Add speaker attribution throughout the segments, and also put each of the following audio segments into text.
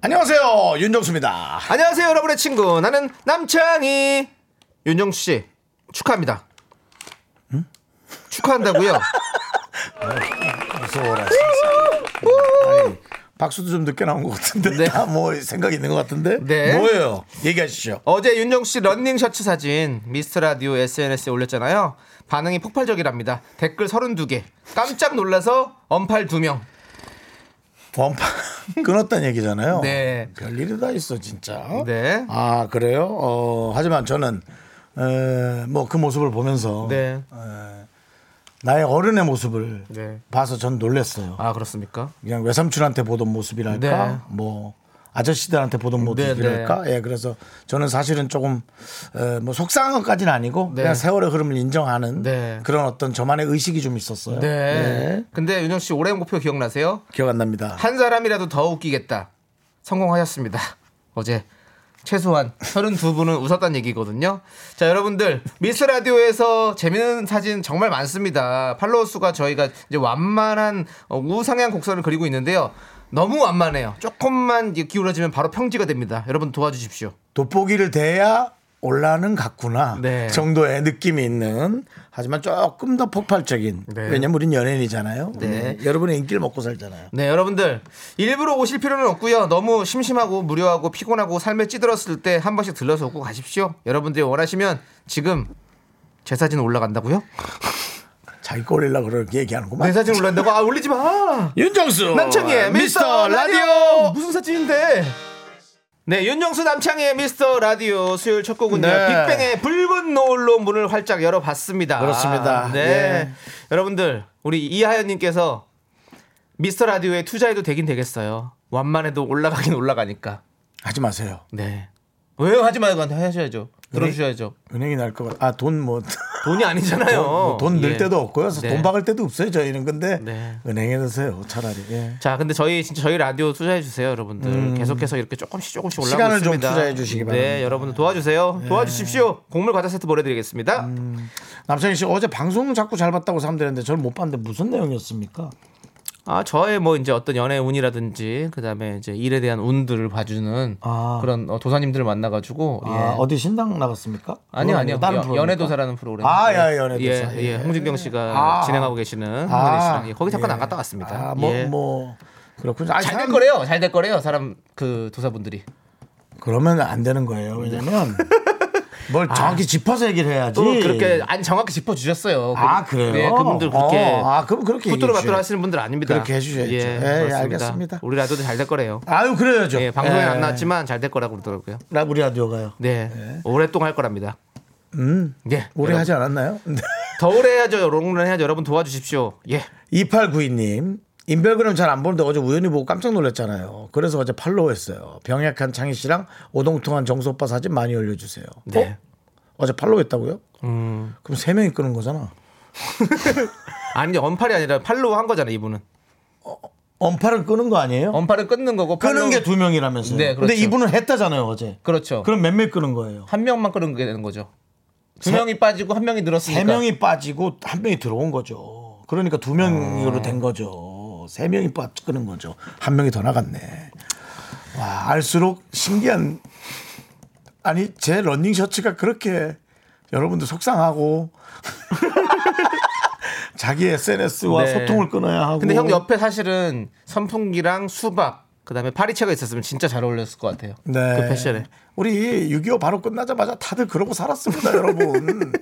Speaker 1: 안녕하세요 윤정수입니다.
Speaker 2: 안녕하세요, 여러분의 친구. 나는 남창희. 윤정수 씨, 축하합니다. 축하한다고요?
Speaker 1: 무서워라. 아니, 박수도 좀 늦게 나온 것 같은데
Speaker 2: 네.
Speaker 1: 다 뭐 생각이 있는 것 같은데
Speaker 2: 네.
Speaker 1: 뭐예요? 얘기하시죠.
Speaker 2: 어제 윤정수 씨 런닝 셔츠 사진 미스터 라디오 SNS에 올렸잖아요. 반응이 폭발적이랍니다. 댓글 32개. 깜짝 놀라서 언팔 2명.
Speaker 1: 원판 끊었다는 얘기잖아요.
Speaker 2: 네.
Speaker 1: 별일이 다 있어 진짜.
Speaker 2: 네.
Speaker 1: 아 그래요? 어, 하지만 저는 뭐 그 모습을 보면서
Speaker 2: 네.
Speaker 1: 나의 어른의 모습을
Speaker 2: 네.
Speaker 1: 봐서 전 놀랐어요.
Speaker 2: 아, 그렇습니까?
Speaker 1: 그냥 외삼촌한테 보던 모습이랄까
Speaker 2: 네.
Speaker 1: 뭐 아저씨들한테 보던 모습이랄까 예 그래서 저는 사실은 조금 에, 뭐 속상한 것까지는 아니고
Speaker 2: 네.
Speaker 1: 그냥 세월의 흐름을 인정하는
Speaker 2: 네.
Speaker 1: 그런 어떤 저만의 의식이 좀 있었어요
Speaker 2: 네.
Speaker 1: 예,
Speaker 2: 근데 윤정수 씨 올해 목표 기억나세요?
Speaker 1: 기억 안 납니다
Speaker 2: 한 사람이라도 더 웃기겠다. 성공하셨습니다. 어제 최소한 32분은 웃었단 얘기거든요. 자, 여러분들 미스 라디오에서 재밌는 사진 정말 많습니다. 팔로워 수가 저희가 이제 완만한 어, 우상향 곡선을 그리고 있는데요. 너무 완만해요. 조금만 이제 기울어지면 바로 평지가 됩니다. 여러분 도와주십시오.
Speaker 1: 돋보기를 대야 올라는 같구나
Speaker 2: 네.
Speaker 1: 정도의 느낌이 있는 하지만 조금 더 폭발적인
Speaker 2: 네.
Speaker 1: 왜냐면 우린 연예인이잖아요
Speaker 2: 네.
Speaker 1: 네. 여러분의 인기를 먹고 살잖아요
Speaker 2: 네, 여러분들 일부러 오실 필요는 없고요. 너무 심심하고 무료하고 피곤하고 삶에 찌들었을 때 한 번씩 들러서 웃고 가십시오. 여러분들이 원하시면 지금 제 사진 올라간다고요?
Speaker 1: 자기 꼴이라 그렇게 얘기하는구만
Speaker 2: 내 사진 올라간다고? 아 올리지 마.
Speaker 1: 윤정수
Speaker 2: 남창희의 미스터 라디오 무슨 사진인데? 네, 윤정수 남창희의 미스터 라디오 수요일 첫 곡은요.
Speaker 1: 네.
Speaker 2: 빅뱅의 붉은 노을로 문을 활짝 열어봤습니다.
Speaker 1: 그렇습니다.
Speaker 2: 네,
Speaker 1: 예.
Speaker 2: 여러분들 우리 이하연님께서 미스터 라디오에 투자해도 되긴 되겠어요. 완만해도 올라가긴 올라가니까.
Speaker 1: 하지 마세요
Speaker 2: 네. 왜요? 하지 말고 하셔야죠. 들어주셔야죠.
Speaker 1: 은행이 날 것 같아. 아, 돈 뭐.
Speaker 2: 돈이 아니잖아요.
Speaker 1: 돈 늘
Speaker 2: 예.
Speaker 1: 때도 없고요.
Speaker 2: 네.
Speaker 1: 돈 박을 때도 없어요. 저희는 근데
Speaker 2: 네.
Speaker 1: 은행에 넣으세요. 차라리. 예.
Speaker 2: 자, 근데 저희 진짜 저희 라디오 투자해 주세요, 여러분들. 계속해서 이렇게 조금씩 조금씩 올라가고
Speaker 1: 음. 시간을 좀
Speaker 2: 있습니다.
Speaker 1: 투자해 주시기 바랍니다. 네.
Speaker 2: 네, 여러분들 도와주세요. 도와주십시오. 곡물 과자 세트 보내드리겠습니다.
Speaker 1: 음. 남창희 씨 어제 방송 자꾸 잘 봤다고 사람들한테 저는 못 봤는데 무슨 내용이었습니까?
Speaker 2: 아, 저의 뭐 이제 어떤 연애 운이라든지 그다음에 이제 일에 대한 운들을 봐주는
Speaker 1: 아.
Speaker 2: 그런 어, 도사님들을 만나가지고 예.
Speaker 1: 아, 어디 신당 나갔습니까?
Speaker 2: 아니요, 아니요.
Speaker 1: 다른
Speaker 2: 여-
Speaker 1: 프로그램.
Speaker 2: 연애도사라는 프로그램.
Speaker 1: 아, 예, 연애도사.
Speaker 2: 예,
Speaker 1: 예.
Speaker 2: 예. 홍진경 씨가
Speaker 1: 아.
Speaker 2: 진행하고 계시는
Speaker 1: 아.
Speaker 2: 홍은희 씨랑 예, 거기 잠깐
Speaker 1: 예.
Speaker 2: 나갔다 왔습니다.
Speaker 1: 아, 뭐,
Speaker 2: 예.
Speaker 1: 뭐. 그렇군요. 아니,
Speaker 2: 잘 될
Speaker 1: 사람-
Speaker 2: 거래요. 잘 될 거래요. 사람 그 도사분들이.
Speaker 1: 그러면 안 되는 거예요. 왜냐면 뭘 정확히 짚어서 얘기를 해야지.
Speaker 2: 아. 또 그렇게 안 정확히 짚어 주셨어요.
Speaker 1: 아, 그래요?
Speaker 2: 네, 예. 그분들 그렇게
Speaker 1: 어, 아, 그럼 그렇게
Speaker 2: 후뚜루
Speaker 1: 얘기해
Speaker 2: 마뚜루
Speaker 1: 주셔야죠.
Speaker 2: 하시는 분들 아닙니다.
Speaker 1: 그렇게 해주셔야죠. 예,
Speaker 2: 그렇습니다.
Speaker 1: 알겠습니다.
Speaker 2: 우리 라디오도 잘 될 거래요.
Speaker 1: 아유, 그래야죠.
Speaker 2: 예, 방송에
Speaker 1: 예.
Speaker 2: 안 나왔지만 잘 될 거라고 그러더라고요.
Speaker 1: 라- 우리 라디오가요.
Speaker 2: 네, 오랫동안 할 거랍니다.
Speaker 1: 음.
Speaker 2: 예,
Speaker 1: 오래
Speaker 2: 여러분,
Speaker 1: 하지 않았나요?
Speaker 2: 더 오래 해야죠. 롱런 해야죠. 여러분 도와주십시오. 예,
Speaker 1: 2892님. 인별그램 잘 안 보는데 어제 우연히 보고 깜짝 놀랐잖아요. 그래서 어제 팔로우 했어요. 병약한 창희 씨랑 오동통한 정수 오빠 사진 많이 올려주세요.
Speaker 2: 네.
Speaker 1: 어? 제 팔로우 했다고요?
Speaker 2: 음,
Speaker 1: 그럼 세명이 끄는 거잖아.
Speaker 2: 아니 언팔이 아니라 팔로우 한 거잖아요. 이분은
Speaker 1: 언팔은 끄는 거 아니에요?
Speaker 2: 언팔은 끊는 거고
Speaker 1: 끄는
Speaker 2: 팔로우-
Speaker 1: 게 두 명이라면서요.
Speaker 2: 네,
Speaker 1: 근데
Speaker 2: 그렇죠.
Speaker 1: 이분은 했다잖아요, 어제.
Speaker 2: 그렇죠.
Speaker 1: 그럼 몇 명 끄는 거예요?
Speaker 2: 한 명만 끊는 게 되는 거죠. 두
Speaker 1: 세-
Speaker 2: 명이 빠지고 한 명이 늘었으니까.
Speaker 1: 세 명이 빠지고 한 명이 들어온 거죠. 그러니까 두
Speaker 2: 어.
Speaker 1: 명으로 된 거죠. 세 명이 빠지는 거죠. 한 명이 더 나갔네. 와, 알수록 신기한. 아니, 제 러닝 셔츠가 그렇게 여러분들 속상하고 자기 SNS와
Speaker 2: 네.
Speaker 1: 소통을 끊어야 하고.
Speaker 2: 근데 형 옆에 사실은 선풍기랑 수박 그다음에 파리채가 있었으면 진짜 잘 어울렸을 것 같아요.
Speaker 1: 네.
Speaker 2: 그 패션에.
Speaker 1: 우리 6.25 바로 끝나자마자 다들 그러고 살았습니다, 여러분. 없는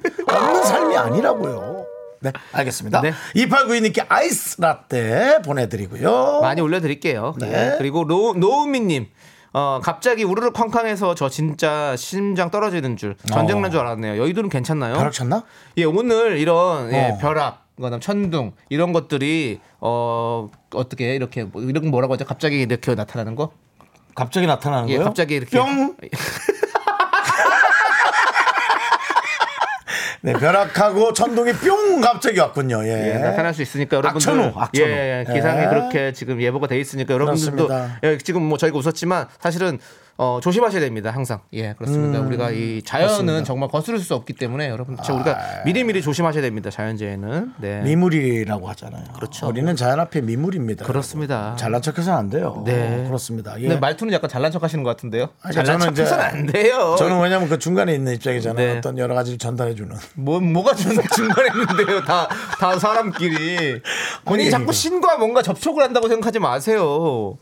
Speaker 1: 삶이 아니라고요. 네, 알겠습니다.
Speaker 2: 네.
Speaker 1: 2892님께 아이스 라떼 보내드리고요.
Speaker 2: 많이 올려드릴게요.
Speaker 1: 네.
Speaker 2: 예. 그리고 노, 노은미님. 어, 갑자기 우르르 쾅쾅해서 저 진짜 심장 떨어지는 줄 전쟁 난 줄 알았네요. 여의도는 괜찮나요?
Speaker 1: 벼락 쳤나?
Speaker 2: 예, 오늘 이런 예,
Speaker 1: 어.
Speaker 2: 벼락, 그다음 천둥 이런 것들이 어 어떻게 이렇게 뭐- 이런 거 뭐라고 하죠? 갑자기 이렇게 나타나는 거?
Speaker 1: 갑자기 나타나는
Speaker 2: 예,
Speaker 1: 거예요?
Speaker 2: 갑자기 이렇게.
Speaker 1: 뿅. 네, 벼락하고 천둥이 뿅 갑자기 왔군요. 예.
Speaker 2: 예, 나타날 수 있으니까 여러분들
Speaker 1: 악천후, 악천후.
Speaker 2: 예, 예, 기상에
Speaker 1: 예.
Speaker 2: 그렇게 지금 예보가 돼 있으니까 여러분들도
Speaker 1: 그렇습니다.
Speaker 2: 예, 지금 뭐 저희가 웃었지만 사실은 어, 조심하셔야 됩니다 항상 예 그렇습니다
Speaker 1: 음,
Speaker 2: 우리가 이 자연은 정말 거스를 수 없기 때문에 여러분 들 우리가 미리미리 조심하셔야 됩니다 자연재해는 네
Speaker 1: 아, 예. 미물이라고 하잖아요. 그렇죠. 우리는 자연 앞에 미물입니다.
Speaker 2: 그렇습니다.
Speaker 1: 여러분. 잘난 척해서는 안 돼요.
Speaker 2: 네.
Speaker 1: 그렇습니다. 예.
Speaker 2: 근데 말투는 약간 잘난 척하시는 것 같은데요
Speaker 1: 아니, 그러니까
Speaker 2: 잘난
Speaker 1: 저는 이제-
Speaker 2: 척해서는 안 돼요
Speaker 1: 저는 왜냐면 그 중간에 있는 입장이잖아요.
Speaker 2: 네.
Speaker 1: 어떤 여러 가지를 전달해 주는.
Speaker 2: 뭐, 뭐가 중- 중간에 있는데요 다, 다 사람끼리
Speaker 1: 아니,
Speaker 2: 본인이 자꾸 신과 뭔가 접촉을 한다고 생각하지 마세요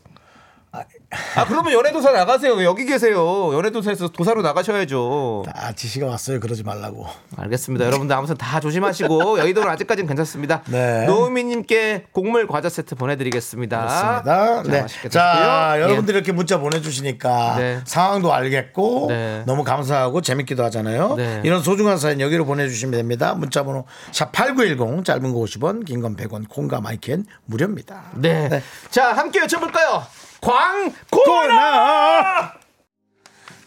Speaker 2: 아 그러면 연애도사 나가세요 여기 계세요 연애도사에서 도사로 나가셔야죠
Speaker 1: 아, 지시가 왔어요. 그러지 말라고.
Speaker 2: 알겠습니다 여러분들 아무튼 다 조심하시고 여의도는 아직까지는 괜찮습니다
Speaker 1: 네.
Speaker 2: 노우미님께 곡물 과자 세트 보내드리겠습니다
Speaker 1: 그렇습니다.
Speaker 2: 아, 자,
Speaker 1: 네.
Speaker 2: 맛있게
Speaker 1: 자,
Speaker 2: 드시고요. 예.
Speaker 1: 여러분들 이렇게 문자 보내주시니까
Speaker 2: 네.
Speaker 1: 상황도 알겠고
Speaker 2: 네.
Speaker 1: 너무 감사하고 재밌기도 하잖아요.
Speaker 2: 네.
Speaker 1: 이런 소중한 사연 여기로 보내주시면 됩니다. 문자번호 샵8910 짧은 거 50원, 긴 건 100원, 콩과 마이켄 무료입니다.
Speaker 2: 예. 네. 자 함께 외쳐볼까요 광고라
Speaker 1: 코나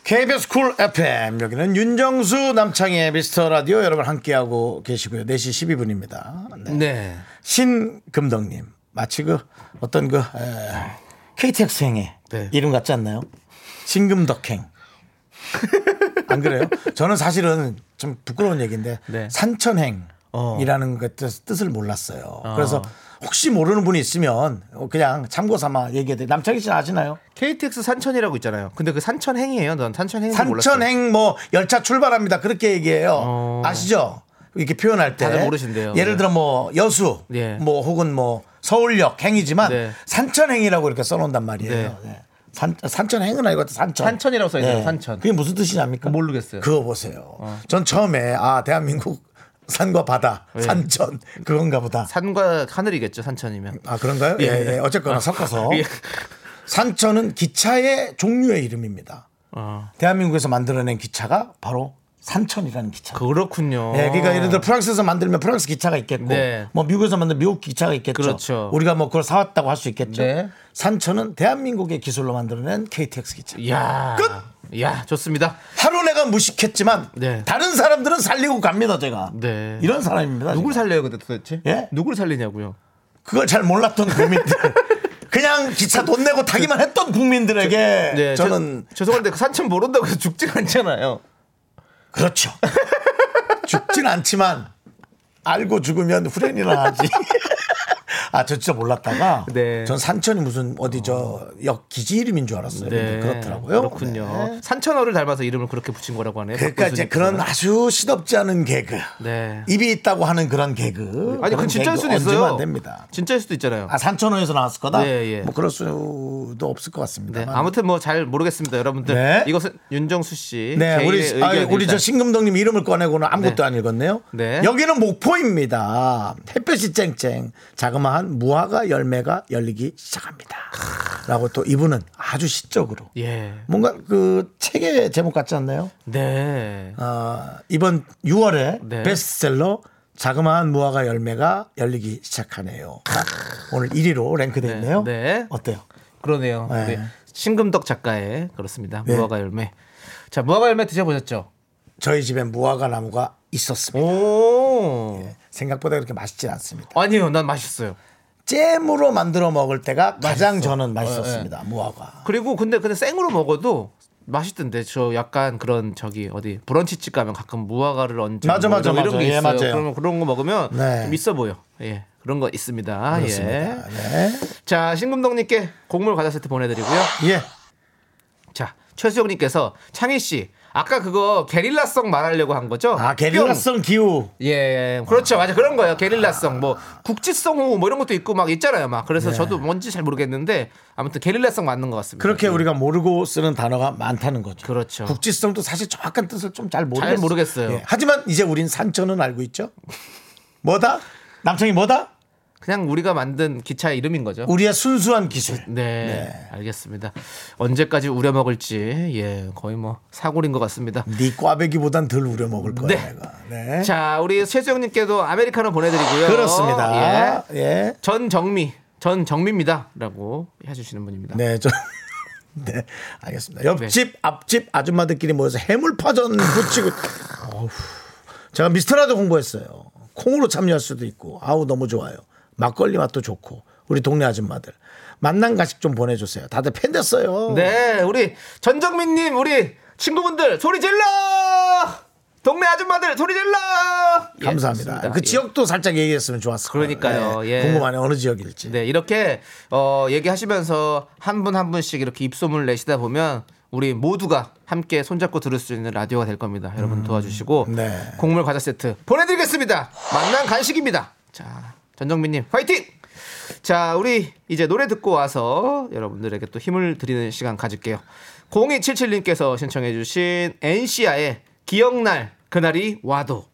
Speaker 1: KBS 쿨 FM 여기는 윤정수 남창희의 미스터 라디오 여러분 함께하고 계시고요. 4시 12분입니다. 네.
Speaker 2: 네.
Speaker 1: 신금덕님 마치 그 어떤 그 에, KTX 행의
Speaker 2: 네.
Speaker 1: 이름 같지 않나요? 신금덕행 안 그래요? 저는 사실은 좀 부끄러운 얘기인데
Speaker 2: 네. 어.
Speaker 1: 산천행이라는 그 뜻- 뜻을 몰랐어요. 그래서 혹시 모르는 분이 있으면 그냥 참고 삼아 얘기해 드요 남창희 씨 아시나요?
Speaker 2: KTX 산천이라고 있잖아요. 근데 그 산천행이에요. 난 산천행 몰랐어요.
Speaker 1: 산천행 뭐 열차 출발합니다. 그렇게 얘기해요.
Speaker 2: 어.
Speaker 1: 아시죠? 이렇게 표현할 때
Speaker 2: 다들 모르신대요.
Speaker 1: 예를
Speaker 2: 네.
Speaker 1: 들어 뭐 여수
Speaker 2: 예.
Speaker 1: 뭐 혹은 뭐 서울역 행이지만
Speaker 2: 네.
Speaker 1: 산천행이라고 이렇게 써놓는단 말이에요.
Speaker 2: 네.
Speaker 1: 네. 산, 산천행은 아니고 산천.
Speaker 2: 산천이라고 써있네요, 산천. 뭐
Speaker 1: 그게 무슨 뜻이냐입니까?
Speaker 2: 모르겠어요.
Speaker 1: 그거 보세요. 전 처음에 아 대한민국 산과 바다
Speaker 2: 예.
Speaker 1: 산천 그건가 보다.
Speaker 2: 산과 하늘이겠죠. 산천이면.
Speaker 1: 아 그런가요? 예, 예. 어쨌거나 섞어서
Speaker 2: 예.
Speaker 1: 산천은 기차의 종류의 이름입니다.
Speaker 2: 어.
Speaker 1: 대한민국에서 만들어낸 기차가 바로 산천이라는 기차.
Speaker 2: 그렇군요.
Speaker 1: 예, 그러니까 예를 들어 프랑스에서 만들면 프랑스 기차가 있겠고,
Speaker 2: 네.
Speaker 1: 뭐 미국에서 만들면 미국 기차가 있겠죠.
Speaker 2: 그렇죠.
Speaker 1: 우리가 뭐 그걸 사왔다고 할 수 있겠죠.
Speaker 2: 네.
Speaker 1: 산천은 대한민국의 기술로 만들어낸 KTX 기차.
Speaker 2: 야. 끝. 야, 좋습니다.
Speaker 1: 하루 내가 무식했지만
Speaker 2: 네.
Speaker 1: 다른 사람들은 살리고 갑니다 제가.
Speaker 2: 네.
Speaker 1: 이런 사람입니다.
Speaker 2: 누굴
Speaker 1: 제가.
Speaker 2: 살려요, 근데 도대체?
Speaker 1: 예?
Speaker 2: 누굴 살리냐고요?
Speaker 1: 그걸 잘 몰랐던 국민들. 그냥 기차 돈 내고 타기만 했던 국민들에게
Speaker 2: 네, 저-
Speaker 1: 저는
Speaker 2: 죄송한데 그 산천 모른다고 해서 죽진 않잖아요.
Speaker 1: 그렇죠. 죽진 않지만 알고 죽으면 후련이나 하지. 아, 저 진짜 몰랐다가
Speaker 2: 네.
Speaker 1: 전 산천이 무슨 어디 저 역 기지 이름인 줄 알았어요. 네, 근데 그렇더라고요.
Speaker 2: 네. 그렇군요.
Speaker 1: 네.
Speaker 2: 산천어를 닮아서 이름을 그렇게 붙인 거라고 하네요.
Speaker 1: 그러니까 이제 그런
Speaker 2: 박근수님께서는.
Speaker 1: 아주 시덥지 않은 개그.
Speaker 2: 네.
Speaker 1: 입이 있다고 하는 그런 개그.
Speaker 2: 아니,
Speaker 1: 그런
Speaker 2: 그 진짜일
Speaker 1: 개그
Speaker 2: 수도
Speaker 1: 얹으면
Speaker 2: 있어요.
Speaker 1: 안 됩니다.
Speaker 2: 진짜일 수도 있잖아요.
Speaker 1: 아, 산천어에서 나왔을 거다.
Speaker 2: 예, 예.
Speaker 1: 뭐 그럴 수도 없을 것 같습니다.
Speaker 2: 네, 아무튼 뭐 잘 모르겠습니다, 여러분들.
Speaker 1: 네.
Speaker 2: 이것은 윤정수 씨.
Speaker 1: 네,
Speaker 2: 개인의
Speaker 1: 우리 아,
Speaker 2: 의견입니다.
Speaker 1: 우리 저 신금덕님 이름을 꺼내고는 아무것도 안 읽었네요.
Speaker 2: 네.
Speaker 1: 여기는 목포입니다. 햇볕이 쨍쨍 자그마한 무화과 열매가 열리기 시작합니다.라고 또 이분은 아주 시적으로
Speaker 2: 예.
Speaker 1: 뭔가 그 책의 제목 같지 않나요?
Speaker 2: 네.
Speaker 1: 어, 이번 6월에
Speaker 2: 네.
Speaker 1: 베스트셀러 자그마한 무화과 열매가 열리기 시작하네요. 오늘 1위로 랭크돼
Speaker 2: 네,
Speaker 1: 있네요.
Speaker 2: 네.
Speaker 1: 어때요?
Speaker 2: 그러네요.
Speaker 1: 네.
Speaker 2: 네. 신금덕 작가의 그렇습니다.
Speaker 1: 네.
Speaker 2: 무화과 열매. 자, 무화과 열매 드셔보셨죠?
Speaker 1: 저희 집엔 무화과 나무가 있었습니다.
Speaker 2: 오.
Speaker 1: 예. 생각보다 그렇게 맛있진 않습니다.
Speaker 2: 아니요, 난 맛있어요.
Speaker 1: 잼으로 만들어 먹을 때가 가장 저는 맛있었습니다. 무화과.
Speaker 2: 그리고 근데 근데 생으로 먹어도 맛있던데 저 약간 그런 저기 어디 브런치집 가면 가끔 무화과를 얹은
Speaker 1: 맞아,
Speaker 2: 뭐
Speaker 1: 맞아,
Speaker 2: 이런
Speaker 1: 맞아.
Speaker 2: 게
Speaker 1: 예,
Speaker 2: 있어요.
Speaker 1: 맞아요.
Speaker 2: 그러면 그런 거 먹으면
Speaker 1: 네.
Speaker 2: 좀 있어 보여. 예. 그런 거 있습니다.
Speaker 1: 그렇습니다.
Speaker 2: 예.
Speaker 1: 네.
Speaker 2: 자, 신금덕님께 곡물 과자 세트 보내드리고요.
Speaker 1: 예.
Speaker 2: 자, 최수영님께서 창희 씨 아까 그거 게릴라성 말하려고 한 거죠?
Speaker 1: 아,
Speaker 2: 뿅.
Speaker 1: 게릴라성 기후.
Speaker 2: 예, 그렇죠. 맞아. 그런 거예요. 게릴라성, 뭐, 국지성 호우, 뭐 이런 것도 있고 막 있잖아요. 막. 그래서 저도 뭔지 잘 모르겠는데, 아무튼 게릴라성 맞는 것 같습니다.
Speaker 1: 그렇게
Speaker 2: 예.
Speaker 1: 우리가 모르고 쓰는 단어가 많다는 거죠.
Speaker 2: 그렇죠.
Speaker 1: 국지성도 사실 정확한 뜻을 좀 잘 모르겠어요.
Speaker 2: 잘 모르겠어요.
Speaker 1: 예. 하지만 이제 우린 산천은 알고 있죠. 뭐다? 남창이 뭐다?
Speaker 2: 그냥 우리가 만든 기차 이름인 거죠.
Speaker 1: 우리의 순수한 기술.
Speaker 2: 네, 알겠습니다. 언제까지 우려먹을지, 예, 거의 뭐, 사골인 것 같습니다.
Speaker 1: 네 꽈배기보단 덜 우려 먹을 거야,
Speaker 2: 네.
Speaker 1: 내가. 네.
Speaker 2: 자, 우리 최수영님께도 아메리카노 보내드리고요. 예.
Speaker 1: 그렇습니다. 예.
Speaker 2: 전정미 전정미입니다라고 해주시는 분입니다.
Speaker 1: 네, 저 네, 알겠습니다. 옆집, 앞집 아줌마들끼리 모여서 해물파전 부치고. 어후. 제가 미스터라도 공부했어요. 콩으로 참여할 수도 있고, 아우, 너무 좋아요. 막걸리 맛도 좋고, 우리 동네 아줌마들. 만난 가식 좀 보내주세요. 다들 팬 됐어요.
Speaker 2: 네, 우리 전정민님, 우리 친구분들 소리 질러! 동네 아줌마들 소리 질러! 예,
Speaker 1: 감사합니다.
Speaker 2: 좋습니다.
Speaker 1: 그
Speaker 2: 예.
Speaker 1: 지역도 살짝 얘기했으면 좋았을 거예요.
Speaker 2: 그러니까요. 예.
Speaker 1: 궁금하네 어느 지역일지.
Speaker 2: 네, 이렇게 어, 얘기하시면서 한 분 한 분씩 이렇게 입소문을 내시다 보면 우리 모두가 함께 손잡고 들을 수 있는 라디오가 될 겁니다. 여러분 도와주시고
Speaker 1: 네.
Speaker 2: 곡물 과자 세트 보내드리겠습니다. 만난 간식입니다. 자, 전정민님 화이팅! 자, 우리 이제 노래 듣고 와서 여러분들에게 또 힘을 드리는 시간 가질게요. 0277님께서 신청해주신 NC아의 기억날 그날이 와도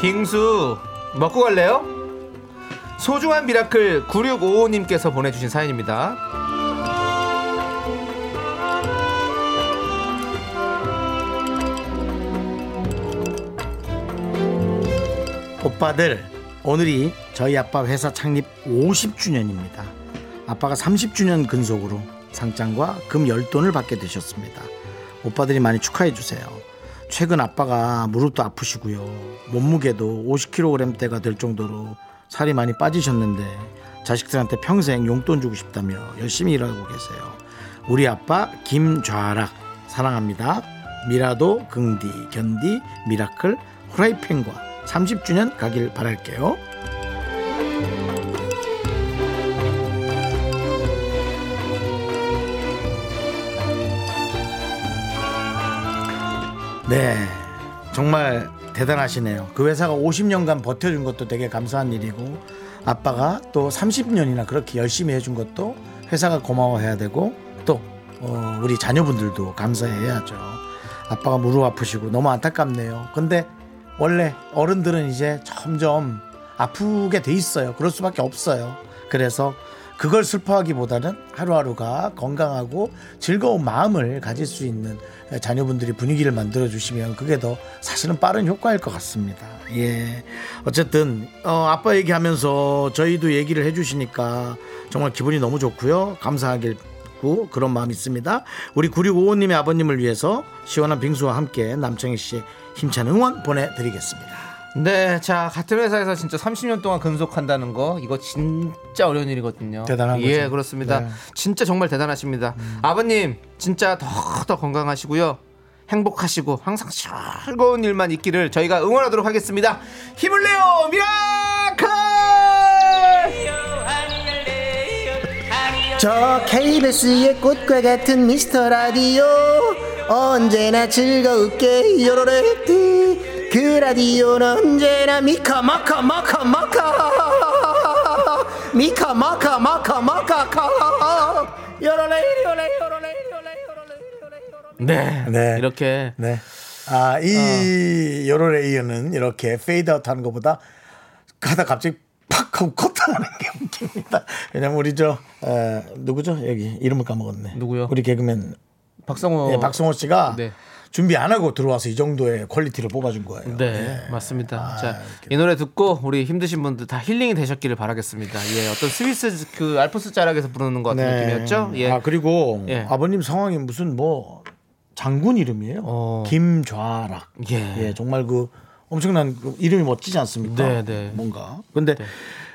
Speaker 2: 빙수 먹고 갈래요? 소중한 미라클 9655님께서 보내주신 사연입니다.
Speaker 1: 오빠들 오늘이 저희 아빠 회사 창립 50주년입니다. 아빠가 30주년 근속으로 상장과 금 10돈을 받게 되셨습니다. 오빠들이 많이 축하해 주세요. 최근 아빠가 무릎도 아프시고요. 몸무게도 50kg대가 될 정도로 살이 많이 빠지셨는데 자식들한테 평생 용돈 주고 싶다며 열심히 일하고 계세요. 우리 아빠 김좌락 사랑합니다. 미라도 긍디 견디 미라클 후라이팬과 30주년 가길 바랄게요. 네. 정말 대단하시네요. 그 회사가 50년간 버텨준 것도 되게 감사한 일이고 아빠가 또 30년이나 그렇게 열심히 해준 것도 회사가 고마워해야 되고 또 어, 우리 자녀분들도 감사해야죠. 아빠가 무릎 아프시고 너무 안타깝네요. 근데 원래 어른들은 이제 점점 아프게 돼 있어요. 그럴 수밖에 없어요. 그래서 그걸 슬퍼하기보다는 하루하루가 건강하고 즐거운 마음을 가질 수 있는 자녀분들이 분위기를 만들어 주시면 그게 더 사실은 빠른 효과일 것 같습니다. 예. 어쨌든 어, 아빠 얘기하면서 저희도 얘기를 해 주시니까 정말 기분이 너무 좋고요. 감사하길 고 그런 마음이 있습니다. 우리 9655님의 아버님을 위해서 시원한 빙수와 함께 남창희 씨의 힘찬 응원 보내드리겠습니다.
Speaker 2: 네, 자 같은 회사에서 진짜 30년 동안 근속한다는 거 이거 진짜 어려운 일이거든요.
Speaker 1: 대단한
Speaker 2: 예,
Speaker 1: 거죠.
Speaker 2: 그렇습니다.
Speaker 1: 네. 음.
Speaker 2: 진짜 정말 대단하십니다. 아버님 진짜 더 더 건강하시고요. 행복하시고 항상 즐거운 일만 있기를 저희가 응원하도록 하겠습니다. 힘을 내요, 미라클!
Speaker 3: 저 KBS의 꽃과 같은 미스터 라디오 언제나 즐거울게 요로레띠 그 라디오는 언제나 미카마카 마카 마카 미카 마카 마카 마카 요로레 요로레 요로레 요로레 요로레 요로레
Speaker 2: 네,
Speaker 1: 네.
Speaker 2: 이렇게
Speaker 1: 네. 아,
Speaker 2: 어.
Speaker 1: 이 요로레이어는 이렇게 페이드아웃 하는 것보다 하다 갑자기 팍 하고 컷하는 게 웃깁니다. 왜냐면 우리 저 에, 누구죠? 여기 이름을 까먹었네.
Speaker 2: 누구요?
Speaker 1: 우리 개그맨
Speaker 2: 박성호,
Speaker 1: 예, 박성호 씨가
Speaker 2: 네.
Speaker 1: 준비 안 하고 들어와서 이 정도의 퀄리티를 뽑아준 거예요.
Speaker 2: 네, 맞습니다.
Speaker 1: 아,
Speaker 2: 자,
Speaker 1: 이렇게.
Speaker 2: 이 노래 듣고 우리 힘드신 분들 다 힐링이 되셨기를 바라겠습니다. 예, 어떤 스위스 그 알프스 자락에서 부르는 것 같은 느낌이었죠? 예.
Speaker 1: 네. 아 그리고
Speaker 2: 예.
Speaker 1: 아버님 성함이 무슨 뭐 장군 이름이에요.
Speaker 2: 어.
Speaker 1: 김좌락.
Speaker 2: 예.
Speaker 1: 정말 그 엄청난 그 이름이 멋지지 않습니까?
Speaker 2: 네, 네.
Speaker 1: 뭔가. 근데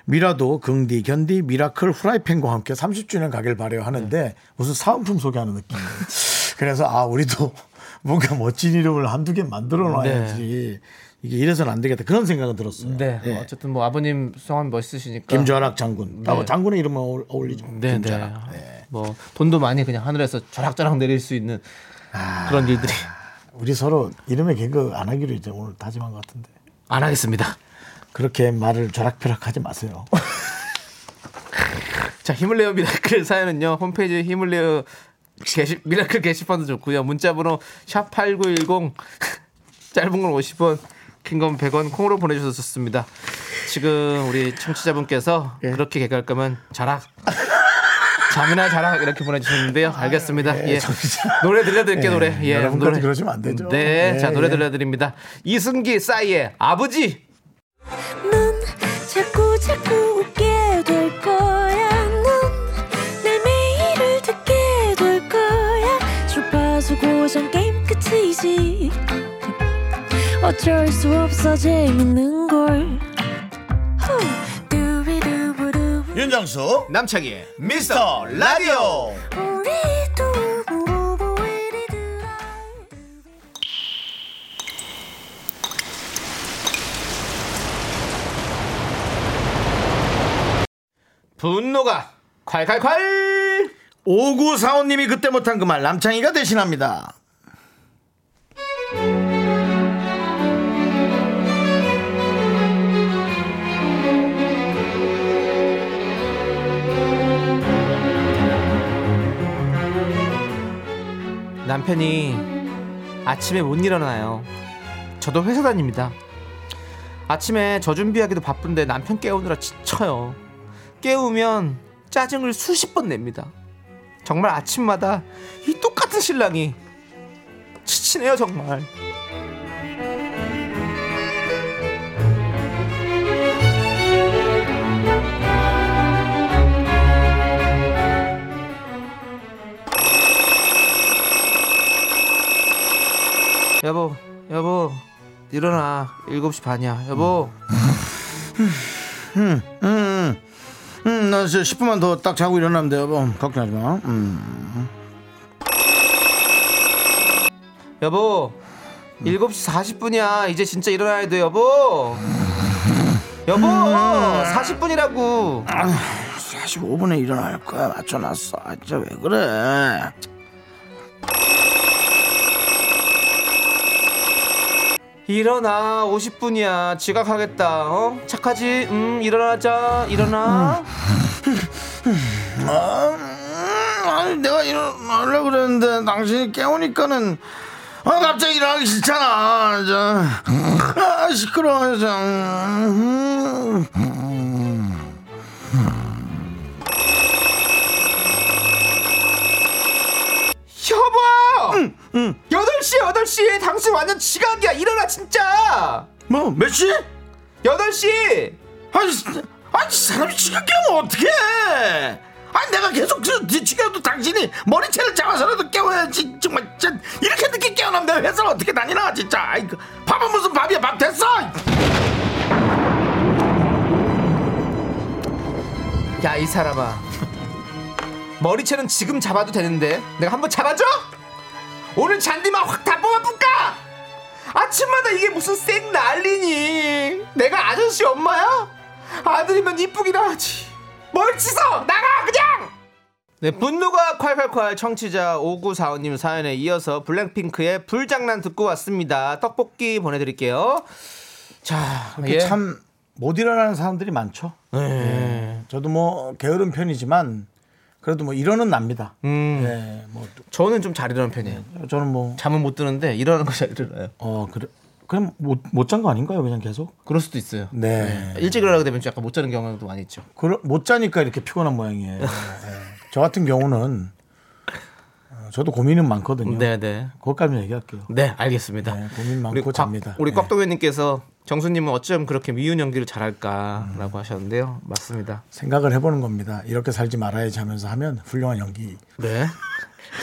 Speaker 1: 미라도 긍디 견디 미라클 후라이팬과 함께 30주년 가길 바래요 하는데
Speaker 2: 네.
Speaker 1: 무슨 사은품 소개하는 느낌. 그래서 아 우리도 뭔가 멋진 이름을 한두 개 만들어 놔야지 이게 이래서는 안 되겠다 그런 생각은 들었어요.
Speaker 2: 네,
Speaker 1: 예.
Speaker 2: 어쨌든 뭐 아버님 성함이 멋있으시니까.
Speaker 1: 김좌락 장군.
Speaker 2: 네.
Speaker 1: 아, 장군의 이름은 어울- 어울리죠.
Speaker 2: 네, 네.
Speaker 1: 김좌락. 네.
Speaker 2: 뭐 돈도 많이 그냥 하늘에서 좌락좌락 내릴 수 있는
Speaker 1: 아.
Speaker 2: 그런 일들이
Speaker 1: 우리 서로 이름의 개그 안 하기로 이제 오늘 다짐한 것 같은데
Speaker 2: 안 하겠습니다.
Speaker 1: 그렇게 말을 조락펴락하지 마세요.
Speaker 2: 자, 힘을 내요 미라클 사연은요. 홈페이지 힘을 내요 게시, 미라클 게시판도 좋고요. 문자 번호 샵8910 짧은 건 50원, 긴 건 100원 콩으로 보내 주셔서 좋습니다.
Speaker 1: 예.
Speaker 2: 지금 우리 청취자분께서 그렇게 개그할 거면 자락 잠이나 자라 이렇게 보내주셨는데요. 알겠습니다.
Speaker 1: 예,
Speaker 2: 예.
Speaker 1: 정말.
Speaker 2: 노래 들려드릴게요
Speaker 1: 예,
Speaker 2: 노래. 예,
Speaker 1: 여러분까지 그러시면 안 되죠.
Speaker 2: 네,
Speaker 1: 예,
Speaker 2: 자 노래
Speaker 1: 예.
Speaker 2: 들려드립니다. 이승기 싸이의 아버지.
Speaker 4: 넌 자꾸 자꾸 웃게 될 거야. 넌내 매일을 듣게 될 거야. 주파수 고정 게임 끝이지. 어쩔 수 없어 재밌는 걸. 후. 두비두부두부.
Speaker 1: 윤정수
Speaker 2: 남창희.
Speaker 1: 미스터 라디오
Speaker 4: 우리 두부부부 우리 두부부.
Speaker 2: 분노가 콸콸콸.
Speaker 1: 오구사오님이 그때 못한 그 말 남창희가 대신합니다.
Speaker 2: 남편이 아침에 못 일어나요. 저도 회사 다닙니다. 아침에 저 준비하기도 바쁜데 남편 깨우느라 지쳐요. 깨우면 짜증을 수십 번 냅니다. 정말 아침마다 이 똑같은 신랑이 지치네요 정말. 여보, 여보, 일어나. 7시 반이야. 여보.
Speaker 1: 음, 나 이제 10분만 더 딱 자고 일어나면 돼요. 음, 걱정하지 마. 음.
Speaker 2: 여보 7시 40분이야 이제 진짜 일어나야 돼 여보 여보 40분이라고
Speaker 1: 45분에 일어날 거야. 맞춰놨어. 아, 진짜 왜 그래?
Speaker 2: 일어나 50분이야 지각하겠다 어 착하지 음 일어나자 일어나
Speaker 1: 아, 음, 아니, 내가 일어나려고 그랬는데 당신이 깨우니까는 아, 갑자기 일어나기 싫잖아. 진짜. 아, 시끄러워. 진짜. 음, 음.
Speaker 2: 여보 8시 8시 당신 완전 지각이야 일어나 진짜
Speaker 1: 뭐, 몇 시?
Speaker 2: 8시
Speaker 1: 아니, 진짜. 아니 사람이 지금 깨우면 어떡해? 아니, 내가 계속 지- 지- 지겨도 당신이 머리채를 잡아서라도 깨워야지. 정말, 진짜 이렇게 늦게 깨어나면 내가 회사를 어떻게 다니나, 진짜. 아이, 그 밥은 무슨 밥이야. 밥 됐어!
Speaker 2: 야 이 사람아 머리채는 지금 잡아도 되는데 내가 한번 잡아줘 오늘 잔디만 확 다 뽑아볼까 아침마다 이게 무슨 쌩 난리니 내가 아저씨 엄마야 아들이면 이쁘긴 하지 멀치서 나가 그냥 네, 분노가 콸콸콸 청취자 5945님 사연에 이어서 블랙핑크의 불장난 듣고 왔습니다 떡볶이 보내드릴게요 자 예.
Speaker 1: 그
Speaker 2: 네.
Speaker 1: 참 못 일어나는 사람들이 많죠. 예. 저도 뭐 게으른 편이지만 그래도 뭐 일어는 납니다.
Speaker 2: 음,
Speaker 1: 예, 뭐 또-
Speaker 2: 저는 좀 잘 일어나는 편이에요
Speaker 1: 저는 뭐
Speaker 2: 잠은 못 드는데 일어나는 거 잘 일어나요.
Speaker 1: 어, 그래 그냥 못못 잔 거 아닌가요? 그냥 계속.
Speaker 2: 그럴 수도 있어요.
Speaker 1: 네.
Speaker 2: 일찍 일어나게 되면 좀 약간 못 자는 경우도 많이 있죠.
Speaker 1: 그러, 못 자니까 이렇게 피곤한 모양이에요. 예. 저 같은 경우는 어, 저도 고민은 많거든요.
Speaker 2: 네.
Speaker 1: 그것까지 얘기할게요.
Speaker 2: 네, 알겠습니다.
Speaker 1: 음. 네, 고민 많고
Speaker 2: 우리 곽-
Speaker 1: 잡니다.
Speaker 2: 우리
Speaker 1: 네.
Speaker 2: 꽉동현님께서 정수님은 어쩜 그렇게 미운 연기를
Speaker 1: 음.
Speaker 2: 잘할까라고 하셨는데요. 맞습니다.
Speaker 1: 네, 생각을 해보는 겁니다. 이렇게 살지 말아야지 하면서 하면 훌륭한 연기
Speaker 2: 네.